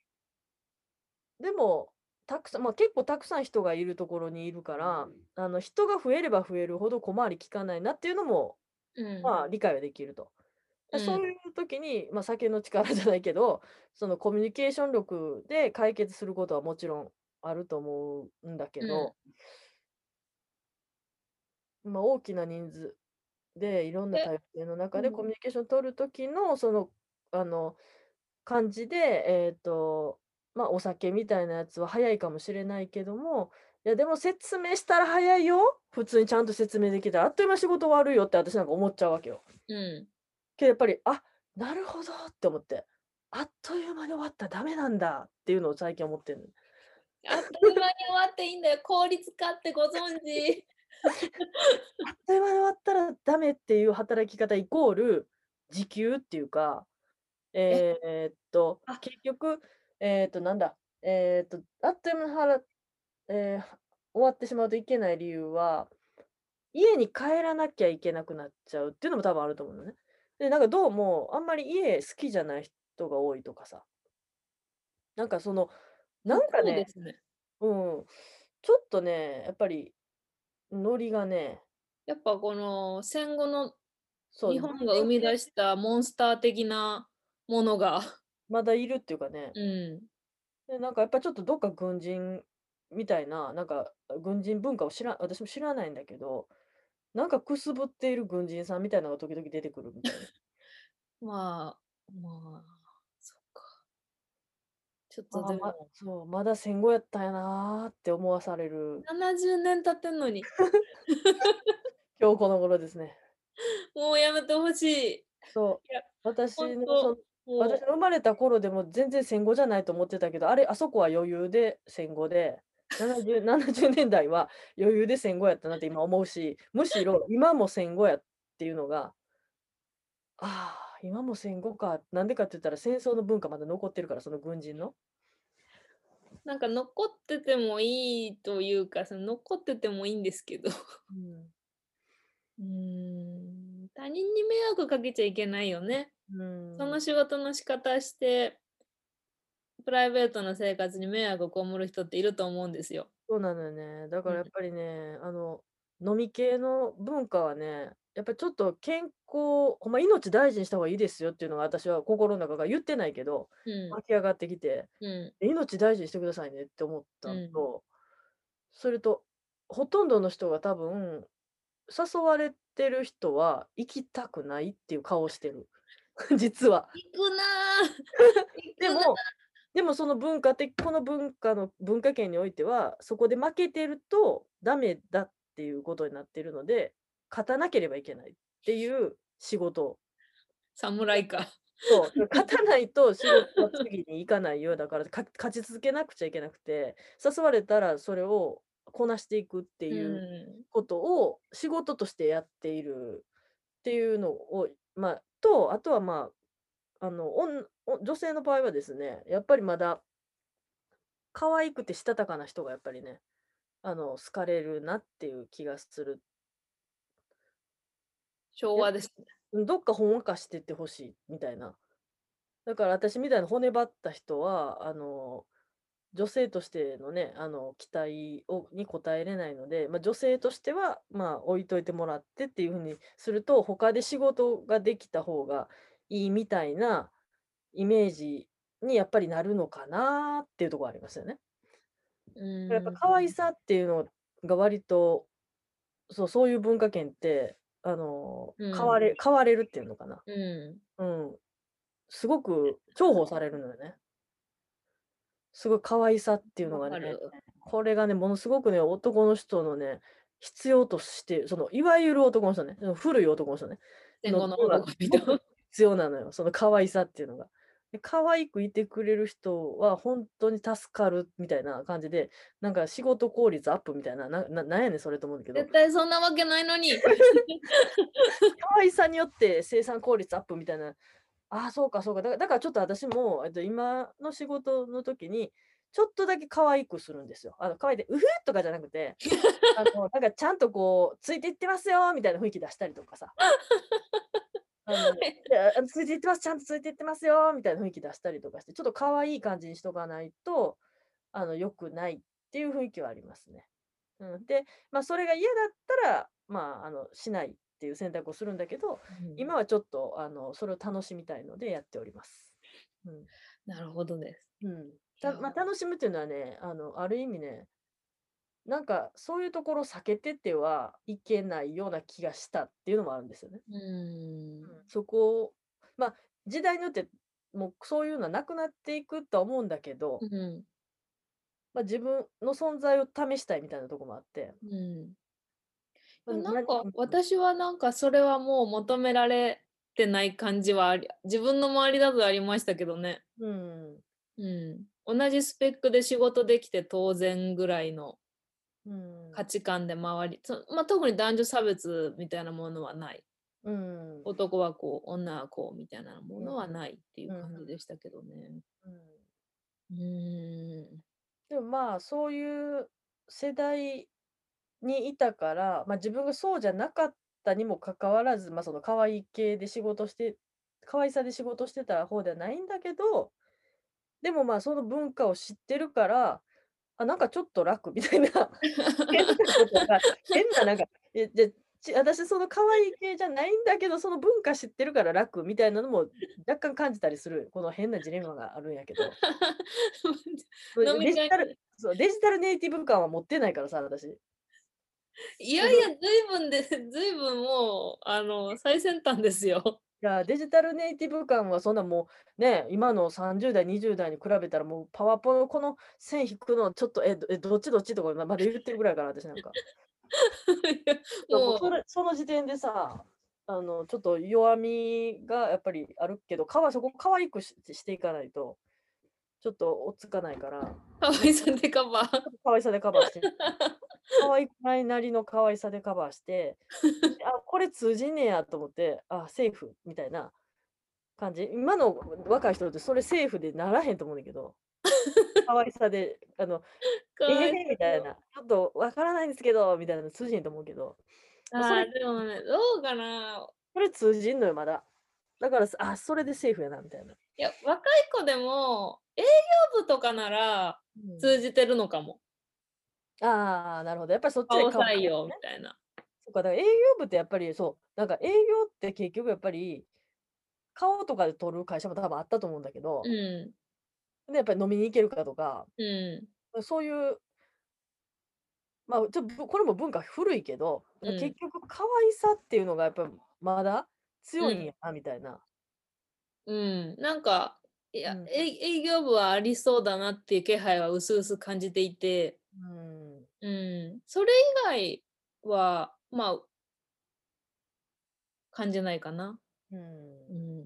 でもたくさん、まあ、結構たくさん人がいるところにいるから、あの人が増えれば増えるほど小回りきかないなっていうのも、
うん
まあ、理解はできると。で
うん
そういう時に、まあ、酒の力じゃないけどそのコミュニケーション力で解決することはもちろんあると思うんだけど、まあ、大きな人数でいろんな
え
体制の中で
うん
コミュニケーション取る時のそのあの感じで、えーとまあ、お酒みたいなやつは早いかもしれないけどもいやでも説明したら早いよ普通にちゃんと説明できたらあっという間仕事終わるよって私なんか思っちゃうわけよ。
う
けどやっぱりあなるほどって思ってあっという間に終わったらダメなんだっていうのを最近思ってる
ん、あっという間に終わっていいんだよ効率化ってご存知
あっという間に終わったらダメっていう働き方イコール時給っていうかえーっと
あ
結局えーっとなんだえーっとあっという間に払っ、えー終わってしまうといけない理由は家に帰らなきゃいけなくなっちゃうっていうのも多分あると思うのね。でなんかどうもあんまり家好きじゃない人が多いとかさなんかそのなんか
そう
ね
ですね
うん、ちょっとね、やっぱり、ノリがね、
やっぱこの戦後の
そう、
日本が生み出
し
したモンスター的なものが、
まだいるっていうかね、
うん、
でなんかやっぱちょっとどっか軍人みたいな、なんか軍人文化を知ら、私も知らないんだけど、なんかくすぶっている軍人さんみたいなのが時々出てくるみたい な。
まあまあそっかちょっと
あ
で
ーま
も
そう、まだ戦後やったんやなーって思わさ れる、
70年経ってんのに
今日この頃ですね。
もうやめてほしい
そう
いや、
私
ほん
の
と
その
もう
私の生まれた頃でも全然戦後じゃないと思ってたけどあれあそこは余裕で戦後で 70, 70年代は余裕で戦後やったなって今思うしむしろ今も戦後やっていうのがああ今も戦後かなんでかって言ったら戦争の文化まだ残ってるからその軍人の。
なんか残っててもいいというかその残っててもいいんですけどう
うん
ーん他人に迷惑かけちゃいけないよね、
うん
その仕事の仕方してプライベートの生活に迷惑をこむる人っていると思うんですよ。
そうなのよね。だから
う
や
ん
っぱりね、あの、飲み系の文化はね、やっぱりちょっと健康、ほんま命大事にした方がいいですよっていうのが私は心の中が言ってないけど、
うん
湧き上がってきて、
う
命大事にしてくださいねって思ったのと、それと、ほとんどの人が多分、誘われてる人は行きたくないっていう顔してる。 実は。
ん、行くなー
で
行くな
も、でもその文化的、この文化の文化圏においては、そこで負けてるとダメだっていうことになってるので、勝たなければいけないっていう仕事。
侍か。
そう勝たないと仕事が次に行かないようだからか勝ち続けなくちゃいけなくて、誘われたらそれをこなしていくって
う
いううんことを仕事としてやっているっていうのを、まあ、と、あとはまあ、あの、女女性の場合はですね、やっぱりまだ、可愛くてしたたかな人がやっぱりね、あの、好かれるなっていう気がする。
昭和ですね。
どっかほんわかしてってほしいみたいな。だから私みたいな骨張った人は、あの、女性としてのね、あの、期待をに応えれないので、まあ、女性としては、まあ、置いといてもらってっていうふうにすると、他で仕事ができた方がいいみたいなイメージにやっぱりなるのかなっていうところありますよね。
うん
やっぱ可愛さっていうのが割とそうそういう文化圏ってあの変われ、
う
変われるっていうのかな、
うん
うん、すごく重宝されるのよねすごい可愛さっていうのが
わか
ね
る
これがねものすごくね男の人のね必要としてそのいわゆる男の人ねその古い男の人ね
戦後の
の
男 々
必要なのよその可愛さっていうのが。で可愛くいてくれる人は本当に助かるみたいな感じでなんか仕事効率アップみたいななななんやねんそれと思うんだけど
絶対そんなわけない のに。
可愛さによって生産効率アップみたいなああそうかそうかだからだからちょっと私もえっと今の仕事の時にちょっとだけ可愛くするんですよ。あの可愛いでうふーとかじゃなくてあのなんかちゃんとこうついていってますよみたいな雰囲気出したりとかさ。あのいやあのついていってますちゃんとついていってますよみたいな雰囲気出したりとかしてちょっと可愛い感じにしとかないとあの良くないっていう雰囲気はありますね。うん、で、まあ、それが嫌だったら、まあ、あのしないっていう選択をするんだけど、今はちょっとあのそれを楽しみたいのでやっております。うん
なるほどです。
うんたまあ、
いや
楽しむっていうのはねあのある意味ねなんかそういうところを避けててはいけないような気がしたっていうのもあるんですよね。
うん
そこをまあ時代によってもうそういうのはなくなっていくとは思うんだけど、
うん
まあ、自分の存在を試したいみたいなとこもあって。
うんい
ま
や
あ
なんか
うん
私はなんかそれはもう求められてない感じはあり自分の周りだとありましたけどね、
うん
うん、同じスペックで仕事できて当然ぐらいの
うん
価値観で周りそまあ、特に男女差別みたいなものはない
うん
男はこう女はこうみたいなものは
うん
ないっていう
うん
感じでしたけどね。
うん
うん
でもまあそういう世代にいたから、まあ、自分がそうじゃなかったにもかかわらず、まあ、その可愛い系で仕事して可愛さで仕事してた方ではないんだけどでもまあその文化を知ってるからあなんかちょっと楽みたいな 変なことが変ななんかえじゃち私その可愛い系じゃないんだけどその文化知ってるから楽みたいなのも若干感じたりするこの変なジレンマがあるんやけど。
飲み
デジ
会
タルそうデジタルネイティブ感は持ってないからさ、私。
いやいや、ずいぶんで、 ずいぶんもう、あの、最先端ですよ。
いやデジタルネイティブ感はそんなもうね、今の30代、20代に比べたらもうパワポのこの線引くのちょっとえ、どえどっちどっちとかままだ言ってるぐらいから私 なんか。
も
そうう、それその時点でさ、あのちょっと弱みがやっぱりあるけど、かわそこ可愛くししていかないと、ちょっと落っつかないから、
かわいさでカ バー。
可愛さでカバーして。可愛くないなりの可愛さでカバーして、あ、これ通じねえやと思って、あ、セーフみたいな感じ。今の若い人ってそれセーフでならへんと思うんだけど、可愛さで、あの、
か
え
わ
へ
い
へみたいな、ちょっとわからないんですけど、みたいなの通じへんと思うけど、
さ。
それ
あーでもね、どうかな。
これ通じんのよ、まだ。だからさ、あ、それでセーフやな、みたいな。
いや、若い子でも、部とかなら
うん
通じてるのかも。
ああ、なるほど。やっぱりそっち
顔
で
採用みたいな。
そうか、だから営業部ってやっぱりそう、なんか営業って結局やっぱり、顔とかで取る会社も多分あったと思うんだけど、
うん。
でやっぱり飲みに行けるかとか、
う
そういう、まあ、ちょっとぶこれも文化古いけど、
うん
結局可愛さっていうのがやっぱまだ強い
うん
んやな、みたいな。
ん。うん。なんか、いや、
うん
え営業部はありそうだなっていう気配は薄々感じていて、
うん。
うん。それ以外は、まあ、感じないかな。
うん
うん。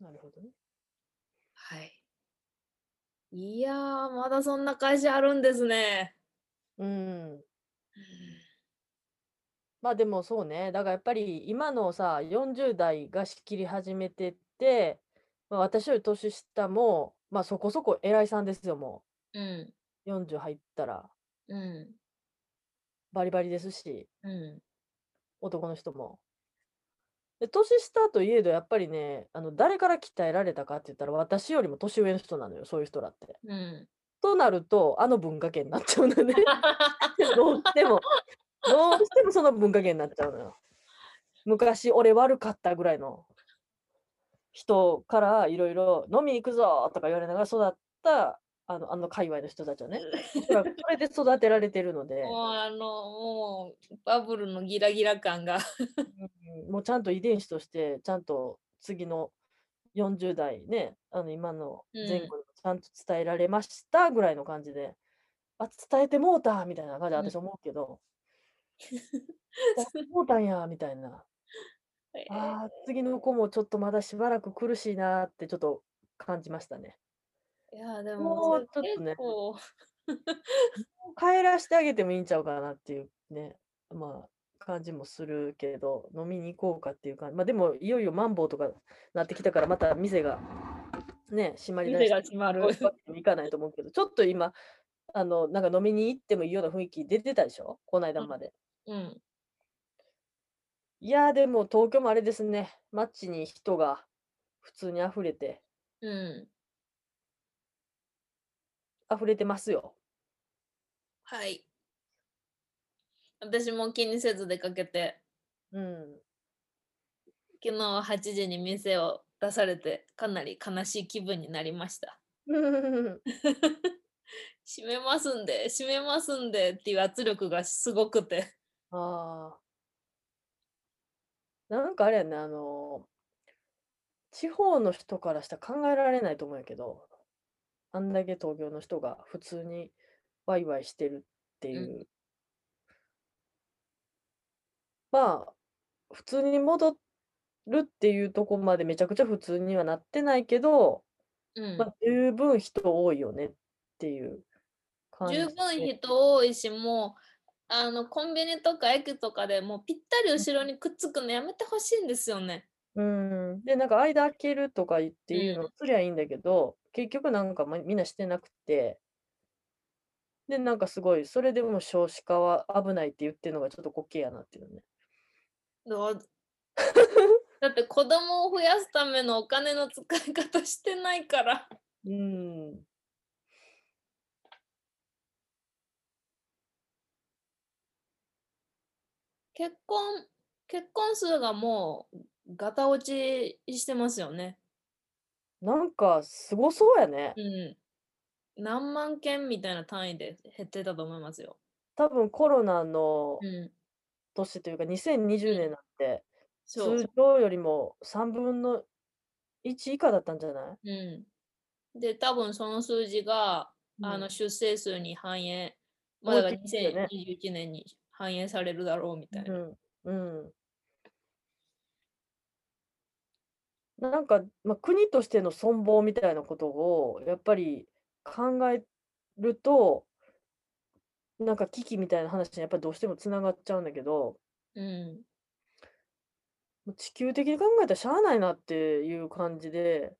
なるほどね。
はい。いやー、まだそんな会社あるんですね。
うん。まあでもそうね。だからやっぱり今のさ、40代が仕切り始めてって、まあ、私より年下も、まあそこそこ偉いさんですよ、も
うん。
う。40入ったら
う
バリバリですし、
ん。う
男の人も。で、年下といえど、やっぱりね、あの、誰から鍛えられたかって言ったら、私よりも年上の人なのよ、そういう人だって。
ん。うん。
となると、あの文化圏になっちゃうのね。 どうしても、どうしてもその文化圏になっちゃうのよ。昔俺悪かったぐらいの人からいろいろ飲みに行くぞとか言われながら育ったあのあの界隈の人たち はね。だからこれで育てられてるので、
もうあの、もうバブルのギラギラ感が。
うんもうちゃんと遺伝子として、ちゃんと次の40代ね、あの今の前後にもちゃんと伝えられましたぐらいの感じで、あ、伝えてもうたみたいな感じで私思うけど、そうたんやみたいな。あー次の子もちょっとまだしばらく苦しいなーってちょっと感じましたね。
いや、で
も
も
う、ちょっと
結
ね
構、
帰らしてあげてもいいんちゃうかなっていうね、まあ、感じもするけど、飲みに行こうかっていう感じ。まあ、でも、いよいよマンボウとかなってきたから、また店がね、閉まりだ
店
し
が
て、
閉まる
こう。いうわけにもいかないと思うけど、ちょっと今、あの、なんか飲みに行ってもいいような雰囲気出てたでしょこの間まで。
うん。
いやー、でも東京もあれですね、街に人が普通に溢れて、
うん。
溢れてますよ。
はい。私も気にせず出かけて、
うん。
昨日は8時に店を出されて、かなり悲しい気分になりました。閉めますんで、閉めますんでっていう圧力がすごくて。
ああ。なんかあれやね、あのー、地方の人からしたら考えられないと思うんやけど、あんだけ東京の人が普通にワイワイしてるっていうう。まあ、普通に戻るっていうとこまでめちゃくちゃ普通にはなってないけど、
うん
まあ、十分人多いよねっていう感じ
十分人多いしもうあのコンビニとか駅とかでもうぴったり後ろにくっつくのやめてほしいんですよね。
うん、で、なんか間開けるとか言っていう
う
のをすりゃいいんだけど、結局なんかまみんなしてなくて、で、なんかすごい、それでも少子化は危ないって言ってるのがちょっと滑稽やなっていうね。
どう だって子供を増やすためのお金の使い方してないから。
うん。
結婚結婚数がもうガタ落ちしてますよね。
なんかすごそうやね。
うん。何万件みたいな単位で減ってたと思いますよ。
多分コロナの
うん。
年というか2020年なんて、
そう。
通常よりも3分の1以下だったんじゃない
うん、で多分その数字が、あ
うん
の出生数に反映、まあ、だから
大きいですよね
2021年に反映されるだろうみたいな。
うん。うんなんか、まあ、国としての存亡みたいなことをやっぱり考えるとなんか危機みたいな話にやっぱりどうしてもつながっちゃうんだけど
うん
もう地球的に考えたらしゃあないなっていう感じで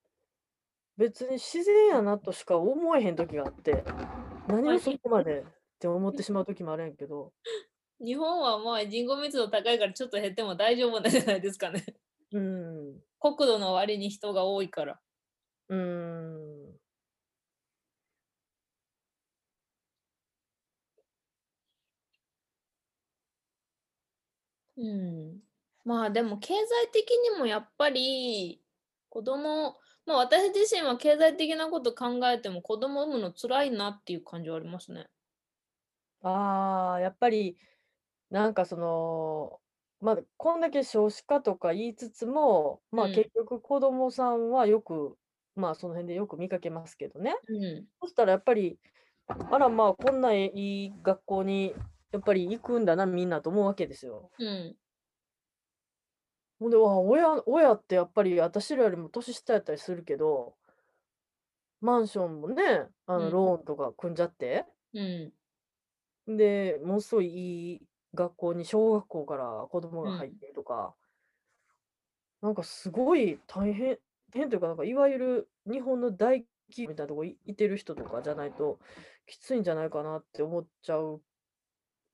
別に自然やなとしか思えへん時があって何をそこまでって思ってしまう時もあるんやけど。
日本はまあ人口密度高いからちょっと減っても大丈夫なんじゃないですかね。
うん
国土の割に人が多いから。
うーん
うん、まあでも経済的にもやっぱり子供まあ私自身は経済的なこと考えても子供産むの辛いなっていう感じはありますね。
ああ、やっぱり、なんかその、まあ、こんだけ少子化とか言いつつも、
う
まあ、
ん、
結局子供さんはよく、まあ、その辺でよく見かけますけどね。
う
そしたらやっぱり、あらまあ、こんないい学校に、やっぱり行くんだな、みんなと思うわけですよ。
ん、う
ほんで、わあ、親、親ってやっぱり私らよりも年下やったりするけど、マンションもね、あ
ん、
の、
う
ローンとか組んじゃって、
ん、うん
で、ものすごいいい学校に小学校から子供
う
が入っ
ん、
てるとか、なんかすごい大変、大変というか、なんかいわゆる日本の大企業みたいなとこいいてる人とかじゃないときついんじゃないかなって思っちゃう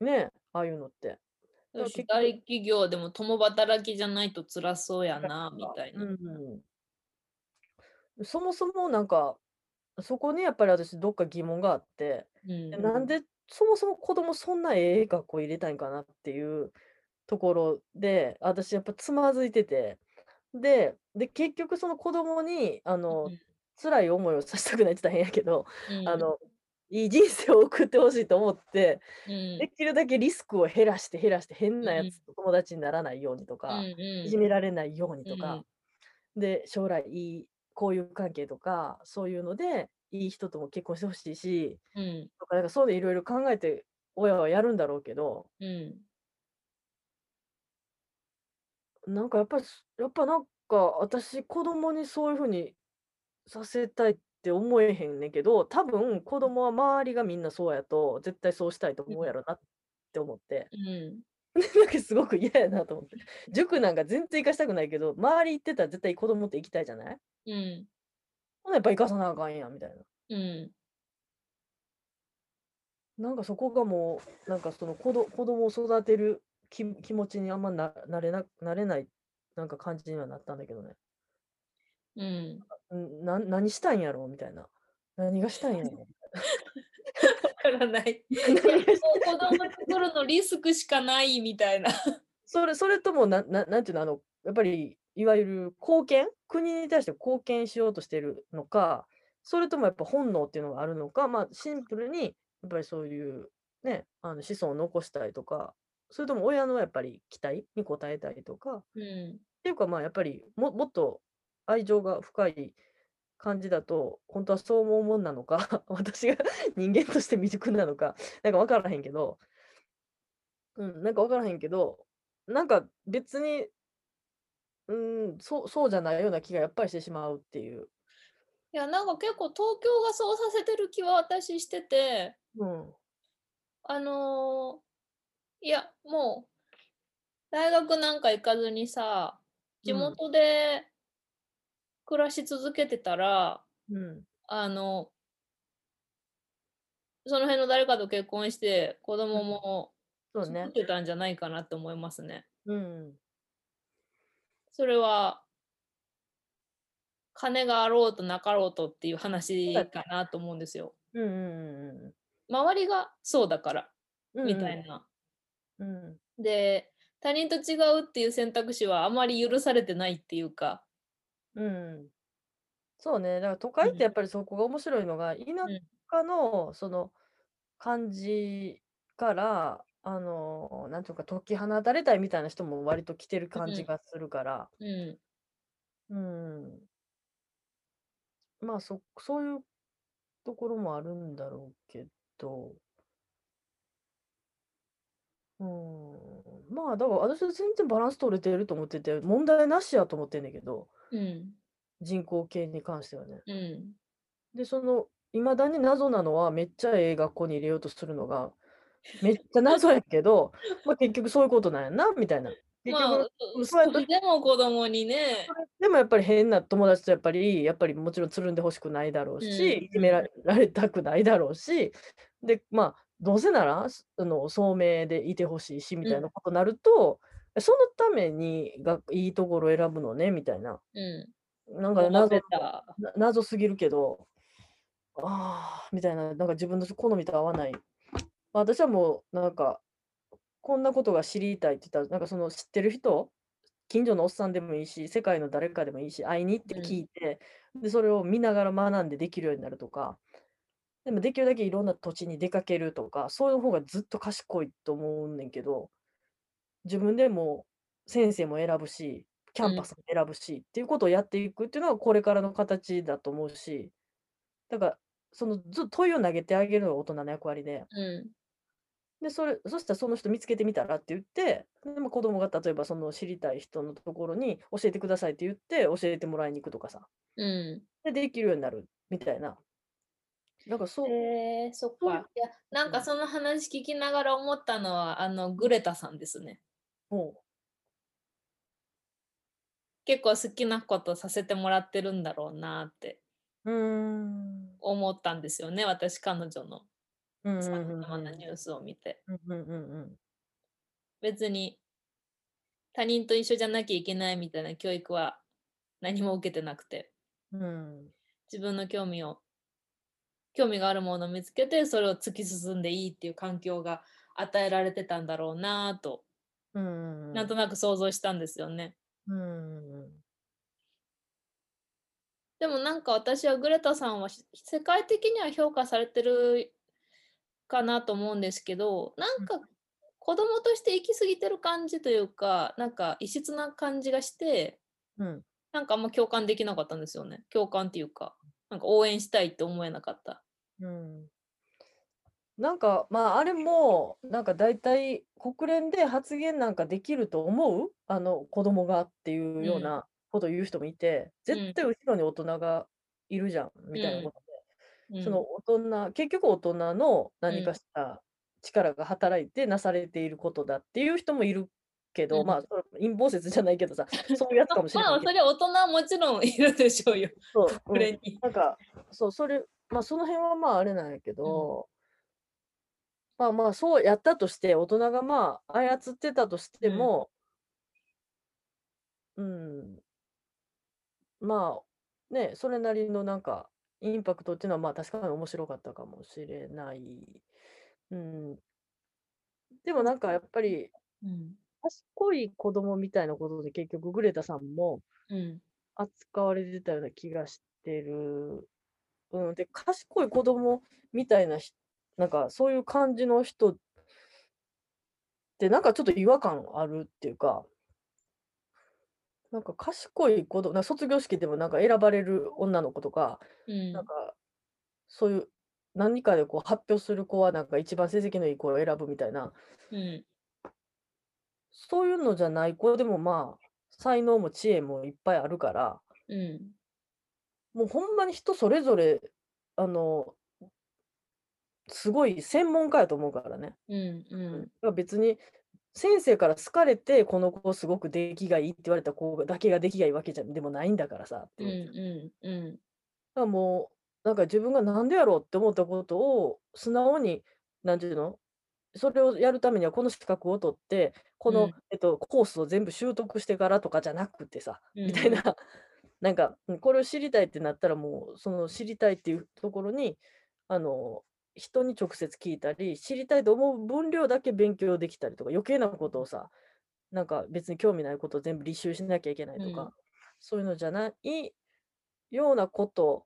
ね、ああいうのって。だから
私
結
大
局、
企業でも共働きじゃないと辛そうや
だか
なみたいな。
らうん、そもそもなんか、そこにやっぱり私どっか疑問があって、
う
え
ん、
なんでそもそも子供そんなええ学校入れたいんかなっていうところで、私やっぱつまずいてて、で、で、結局その子供に、あの、辛い思いをさせたくないって言ったら変やけど、
う
あ
ん、
の、いい人生を送ってほしいと思って、
うん、
できるだけリスクを減らして減らして変
う
なや
ん、
つと友達にならないようにと
う
か、
ん、
いじ
う
められないように
ん、
と
う
か、
ん、
で、将来いい交友関係とか、そういうので、いい人とも結婚してほしいし、
うん、
とか、なんかそういうのいろいろ考えて親はやるんだろうけど、
うん、
なんかやっぱりす、やっぱなんか私子供にそういうふうにさせたいって思えへんねんけど、多分子供は周りがみんなそうやと、絶対そうしたいと思うやろなって思って、
うん。
なんかすごく嫌やなと思って。塾なんか全然行かしたくないけど、周り行ってたら絶対子供って行きたいじゃない
うん、
ほなやっぱ行かさなあかんやんみたいな。
うん、
なんかそこがもう、なんかその子ど、子供を育てる気、気持ちにあんまな、なれな、なれない、なんか感じにはなったんだけどね。
うん。
んな、何したいんやろうみたいな。何がしたいんやろ
わからない。
う
結
何がし
構
た
子
い
供作るのリスクしかないみたいな。
それ、それともな、な、なんていうの、あの、やっぱり、いわゆる貢献、国に対して貢献しようとしてるのか、それともやっぱ本能っていうのがあるのか、まあ、シンプルに、やっぱりそういう、ね、あの子孫を残したいとか、それとも親のやっぱり期待に応えたりとか、っ
うん。
ていうか、まあ、やっぱりも、もっと愛情が深い感じだと、本当はそう思うもんなのか、 私が人間として未熟なのか、なんか分からへんけど、うん、なんか分からへんけど、なんか別に、うん、そう、そうじゃないような気がやっぱりしてしまうっていう。
いや、なんか結構東京がそうさせてる気は私してて、
うん。
あのーいや、もう大学なんか行かずにさ、
う
地
ん。
元で暮らし続けてたら、
うん。
あの、その辺の誰かと結婚して子
う
供
ん
も
そう
作っ
ね。
てたんじゃないかなと思いますね。
うん。
それは金があろうとなかろうとっていう
そうだ
話
ね。
かなと思うんですよ。
うんうん
周りがそうだから
う
み
んう
た
ん。
いな。
うんうん。
で他人と違うっていう選択肢はあまり許されてないっていうか。
うん。うんそうね。だから都
う
会ってや
ん
っぱりそこが面白いのが、田
うん
舎のその感じから、あの、なんていうか、解き放たれたいみたいな人も割と来てる
う
感じ
ん
がするから、
う
うん。まあ、そ、そういうところもあるんだろうけど、うん、まあだから私は全然バランス取れてると思ってて問題なしやと思ってんだけど
んうん
人口系に関してはね。
うん
でそのいまだに謎なのはめっちゃええ学校に入れようとする のがめっちゃ謎やけど、まあ、結局そういうことなんやなみたいな。結
まあ
局
そ
そうや
そ
と
れでも子供にね。
でもやっぱり変な友達とやっぱり、やっぱりもちろんつるんでほしくないだろう
う
し、い
ん
じめら
う
れ られたくないだろうし、で、まあ、どうせなら、すあの、聡明でいてほしいし、み
ん
たいな
う
ことになると、そのためにがいいところを選ぶのね、みたいな。
んうん
なんか
思っ
謎
て
の、
た。
な謎すぎるけど、ああ、みたいな、なんか自分の好みと合わない。まあ私はもう、なんか、こんなことが知りたいって言ったら、なんかその知ってる人、近所のおっさんでもいいし、世界の誰かでもいいし、会いに行って
うん
聞いて、でそれを見ながら学んでできるようになるとか、でもできるだけいろんな土地に出かけるとか、そういう方がずっと賢いと思うねんけど、自分でも先生も選ぶし、キャンパスも選ぶし、っていうことをやっていくっていうのはこれからの形だと思うし、だから、そのずっと問いを投げてあげるのが大人の役割で、
う
で、それ、そしたらその人見つけてみたらって言って、でまあ子供が例えばその知りたい人のところに教えてくださいって言って教えてもらいに行くとかさ。
ん。うん。
で、できるようになるみたいな。なんかそう、
へえそっ
そういう
か。いや、なん
う
か
ん
その話聞きながら思ったのは、あの、グレタさんですね。
も
結構好きなことさせてもらってるんだろうなって
う、うーん、
思ったんですよね。私、彼女の
うん、
さま
うん、
ざまなニュースを見て。
うん、うん、うん、
別に他人と一緒じゃなきゃいけないみたいな教育は何も受けてなくて、
うん、
自分の興味を、興味があるものを見つけて、それを突き進んでいいっていう環境が与えられてたんだろうなと、
うん、
なんとなく想像したんですよね。
うん、
でもなんか私はグレタさんはし世界的には評価されてるかなと思うんですけどなんか子供として行き過ぎてる感じというかなんか異質な感じがして
うん、
なんかあんま共感できなかったんですよね共感っていうかなんか応援したいって思えなかった。
うん。なんか、まあ、あれも、なんか大体、国連で発言なんかできると思うあの、子供がっていうよう
うん
なことを言う人もいて、
うん
絶対後ろに大人がいるじゃん、みたいな
うん
ことで。
うん
その大人、結局大人の何
うん
かした力が働いてなされていることだっていう人もいるけど、
うん
まあ、それ陰謀説じゃないけどさ、そういうやつかもしれ
まあ
ないけ
それは大人はもちろんいるでしょうよ、
ど、そう
こ
うん
れに。
なんか、そう、それ、まあ、その辺はまあ、あれなんやけど、まあまあ、そうやったとして、大人がまあ、操ってたとして
うん
も、うん、まあ、ね、それなりのなんか、インパクトっていうのは、まあ、確かに面白かったかもしれない。うん。でもなんか、やっぱり、
うん
賢い子供みたいなことで、結局、グレタさんも、
うん
扱われてたような気がしてる。うん、で賢い子供みたいなひなんかそういう感じの人ってなんかちょっと違和感あるっていうかなんか賢い子供なんか卒業式でもなんか選ばれる女の子とか
うん
なんかそういう何かでこう発表する子はなんか一番成績のいい子を選ぶみたいな
うん
そういうのじゃない子でもまあ才能も知恵もいっぱいあるから。
うん
もうほんまに人それぞれ、あの、すごい専門家やと思うからね。
うんう
だ
ん
から別に先生から好かれて、この子すごく出来がいいって言われた子だけが出来がいいわけじゃでもないんだからさって
う
いう。だ
んうん
からもう、なんか自分がなんでやろうって思ったことを素直に、なんていうのそれをやるためにはこの資格を取って、この、
うん
えっと、コースを全部習得してからとかじゃなくてさ、
うん
みたいな、 なんか、うんこれを知りたいってなったら、もう、その知りたいっていうところに、あの、人に直接聞いたり、知りたいと思う分量だけ勉強できたりとか、余計なことをさ、なんか別に興味ないことを全部履修しなきゃいけないとか、
うん
そういうのじゃないようなこと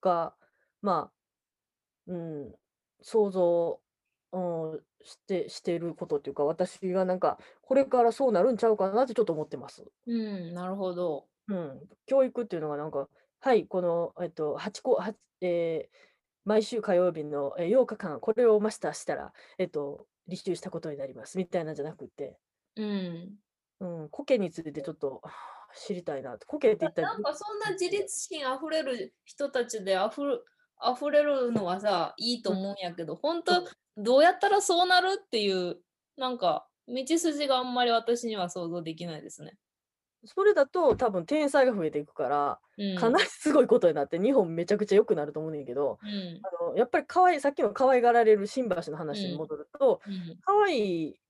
が、まあ、うん、想像、うん、して、してることっていうか、私はなんか、これからそうなるんちゃうかなってちょっと思ってます。
うんなるほど。
うん、教育っていうのがなんか、はい、この、えっと、8個、八えー毎週火曜日の、えー8日間、これをマスターしたら、えっと、履修したことになりますみたいなんじゃなくて、
うん
うん、苔についてちょっとはあ知りたいなって。苔って一体ど
な
う、
んかそんな自立心あふれる人たちであふる溢れるのはさいいと思うんやけど、本当どうやったらそうなるっていうなんか道筋があんまり私には想像できないですね。
それだと多分天才が増えていくから、
うん、
かなりすごいことになって、日本めちゃくちゃ良くなると思うねんけど、
うん
あのやっぱり可愛い、さっきの可愛がられる新橋の話
う
に
ん
戻ると、
うん
可愛い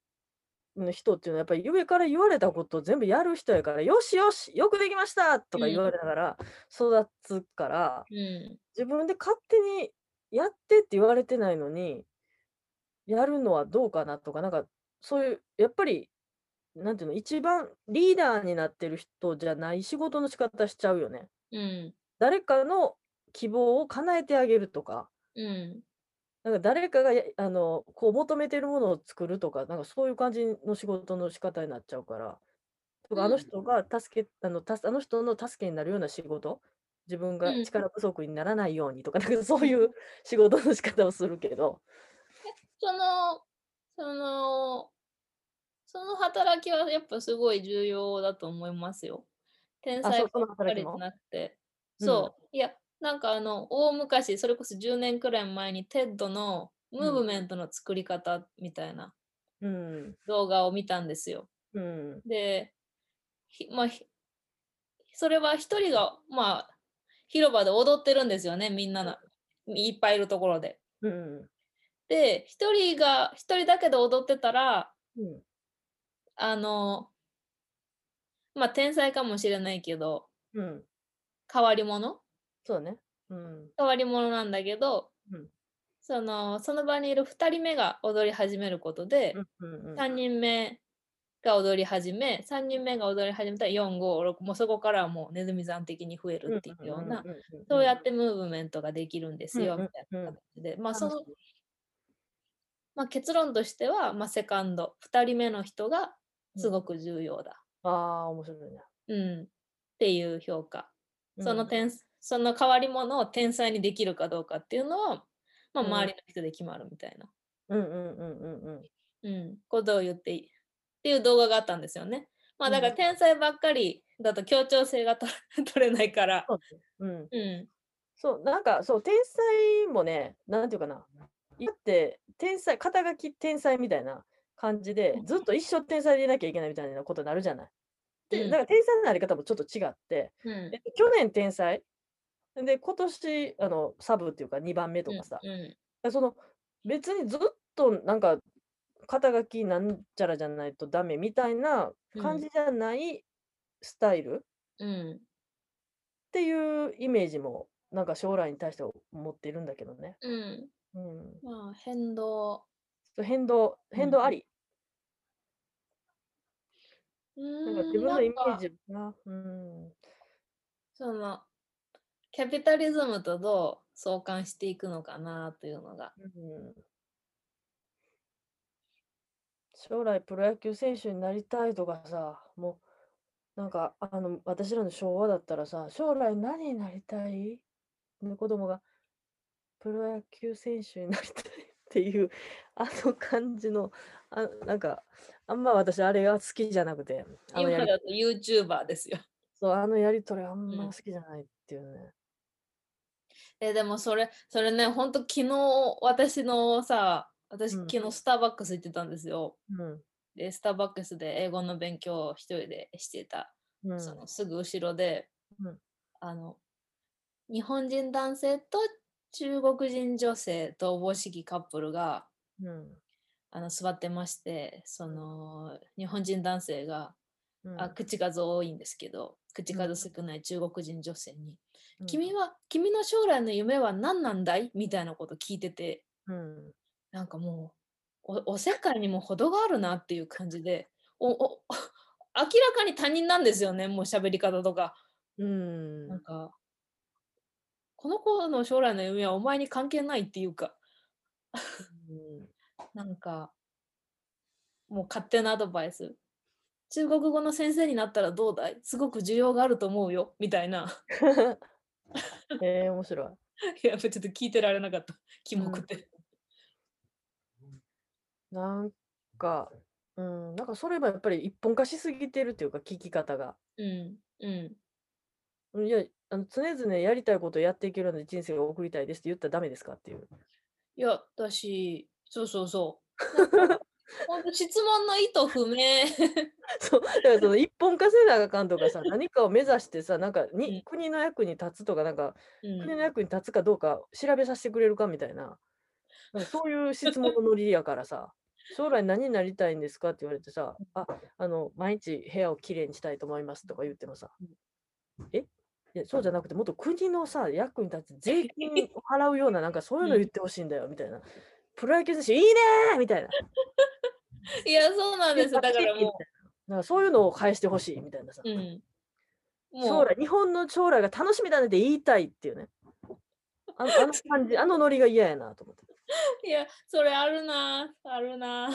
の人っていうのはやっぱり上から言われたことを全部やる人やから「よしよしよくできました!」とか
うん
言われながら育つから
うん
自分で勝手にやってって言われてないのにやるのはどうかなとか、なんか、そういう、やっぱり、なんていうの、一番リーダーになってる人じゃない仕事の仕方しちゃうよね。
うん。
誰かの希望を叶えてあげるとか、
うん。
なんか誰かがやあのこう求めてるものを作るとか、なんかそういう感じの仕事の仕方になっちゃうから、とかあの
うん
人が助けあのたすあの人の助けになるような仕事、自分
う
が
ん
力不足にならないようにとか、なんかそういう仕事の仕方をするけど、
その、その、その働きはやっぱすごい重要だと思いますよ。天
あ
才
そ
ば
その
っか
働
りじ
き
ゃ
も。
なくて。
うん
そう。いや、なんかあの、大昔、それこそ10年くらい前に、テッドのムーブメントの作り方みたいな
うん、
動画を見たんですよ。
うん、
で、ひまあ、ひそれは一人が、まあ、広場で踊ってるんですよね、みんなの。いっぱいいるところで。
うん、
で、一人が、一人だけで踊ってたら、
うん、
あの、まあ、天才かもしれないけど、
うん、
変わり者
そうね。うん、
変わり者なんだけど、
うん
その、その場にいる二人目が踊り始めることで、
うん、うん、
三人目が踊り始め、三人目が踊り始めたら4、5、6、もうそこからはもうネズミさん的に増えるっていうような、
んんんんん
そうやってムーブメントができるんですよ、
うんうん
みたいな形で。まあ、そ
楽し
の、まあ、結論としては、まあ、セカンド、二人目の人がすごく重要だ。
ああ、面白いね。
うん。っていう評価。その
うん
天、その変わり者を天才にできるかどうかっていうのは、まあ、
うん
周りの人で決まるみたいな、
うんうんうんうんうん。
うん、ことを言っていいっていう動画があったんですよね。まあだから
うん
天才ばっかりだと協調性がと取れ ないから。
そうねうん、
うん。
そう、なんか、そう、天才もね、なんていうかな、今って、天才、肩書き天才みたいな感じで、ずっと一生天才でいなきゃいけないみたいなことになるじゃない。で、
うん
だから天才のあり方もちょっと違って、
うん
えっと去年天才、で、今年、あの、サブっていうか2番目とかさ、だか
うん
らその、別にずっとなんか、肩書きなんちゃらじゃないとダメみたいな感じじゃないスタイル、
うん
っていうイメージもなんか将来に対して持っているんだけどね。
うん
うん、ちょ
まあ変動
っと変動
ん
変動あり、
う
なんか自
ーん
分のイメ
なん
ー
か
ジな、うん、
そのキャピタリズムとどう相関していくのかなというのが
うん将来プロ野球選手になりたいとかさもうなんかあの私らの昭和だったらさ将来何になりたいの子供がプロ野球選手になりたいっていう あの感じのあなんかあんま私あれが好きじゃなくてあのや
今
り
だと YouTuber ですよ
そうあのやり取りあんま
うん
好きじゃないっていうね。
えでもそれそれねほんと昨日私のさ私
うん
昨日スターバックス行ってたんですよ、
うん
でスターバックスで英語の勉強を一人でしてた、
うん
そのすぐ後ろで、
うん
あの日本人男性と中国人女性とおぼしきカップルが
うん
あの座ってましてその日本人男性が、
うん
あ口数多いんですけど口
うん
数少ない中国人女性に
うん
君は君の将来の夢は何なんだいみたいなこと聞いてて
うん
なんかもうおおせっかいにも程があるなっていう感じでおお 明らかに他人なんですよねもう喋り方とか
うん
なんかこの子の将来の夢はお前に関係ないっていうか
うん
なんかもう勝手なアドバイス中国語の先生になったらどうだいすごく需要があると思うよみたいな
えー、面白い。
いやちょっと聞いてられなかったキモく
うん
て。
なんか、うん、なんかそれはやっぱり一本化しすぎてるというか、聞き方が。
うんうん
うんいや、あの常々やりたいことをやっていけるような人生を送りたいですって言ったらダメですかっていう。
いや、だし、そうそうそう。 なんかほんと質問の意図不明。
そう、だからその一本化せなあかんとかさ、何かを目指してさ、なんか
う
に
ん
国の役に立つとか、なんか
うん
国の役に立つかどうか調べさせてくれるかみたいな、なんかそういう質問のノリやからさ、将来何になりたいんですかって言われてさ、あ、あの、毎日部屋をきれいにしたいと思いますとか言ってもさ、えいやそうじゃなくて、もっと国のさ、役に立つ税金を払うような、なんかそういうの言ってほしいんだよみたいな。プロ野球選手いいねーみたいな。
いや、そうなんです。だからも
なんかそういうのを返してほしいみたいなさ。
う、うん。も
将
う
来、日本の将来が楽しみだねって言いたいっていうね。あのあの感じ、あのノリが嫌やなと思って。
いや、それあるな、あるな。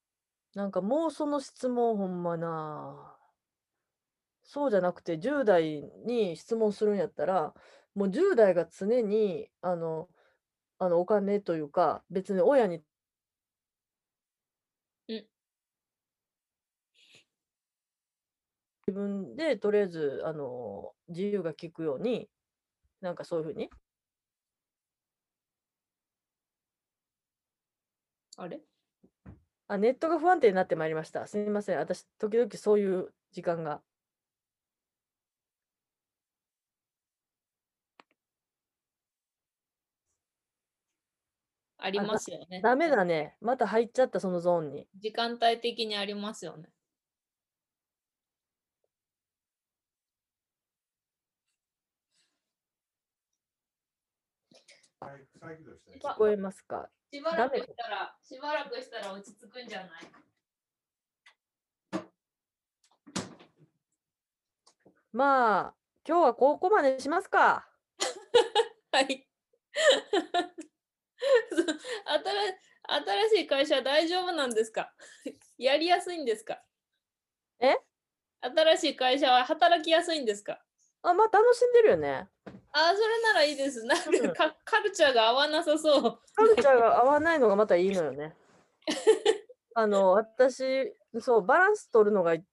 なんかもうその質問ほんまなそうじゃなくて10代に質問するんやったらもう10代が常にあのあのお金というか別に親に
うん
自分でとりあえずあの自由が利くようになんかそういうふうに
あれ
あ、ネットが不安定になってまいりました。すみません。私、時々そういう時間が。
ありますよね。
ダメだね。また入っちゃった、そのゾーンに。
時間帯的にありますよね。
聞こえますか
しばらくしたら、しばらくしたら落ち着くんじゃない
まあ、今日はここまでしますか。
はい。 そう新新しい会社大丈夫なんですか やりやすいんですか
え
新しい会社は働きやすいんですか
あ、まあ、楽しんでるよね。
あーそれならいいです。なん
うん
かかカルチャーが合わなさそう。
カルチャーが合わないのがまたいいのよね。あの、私、そう、バランス取るのが、ね、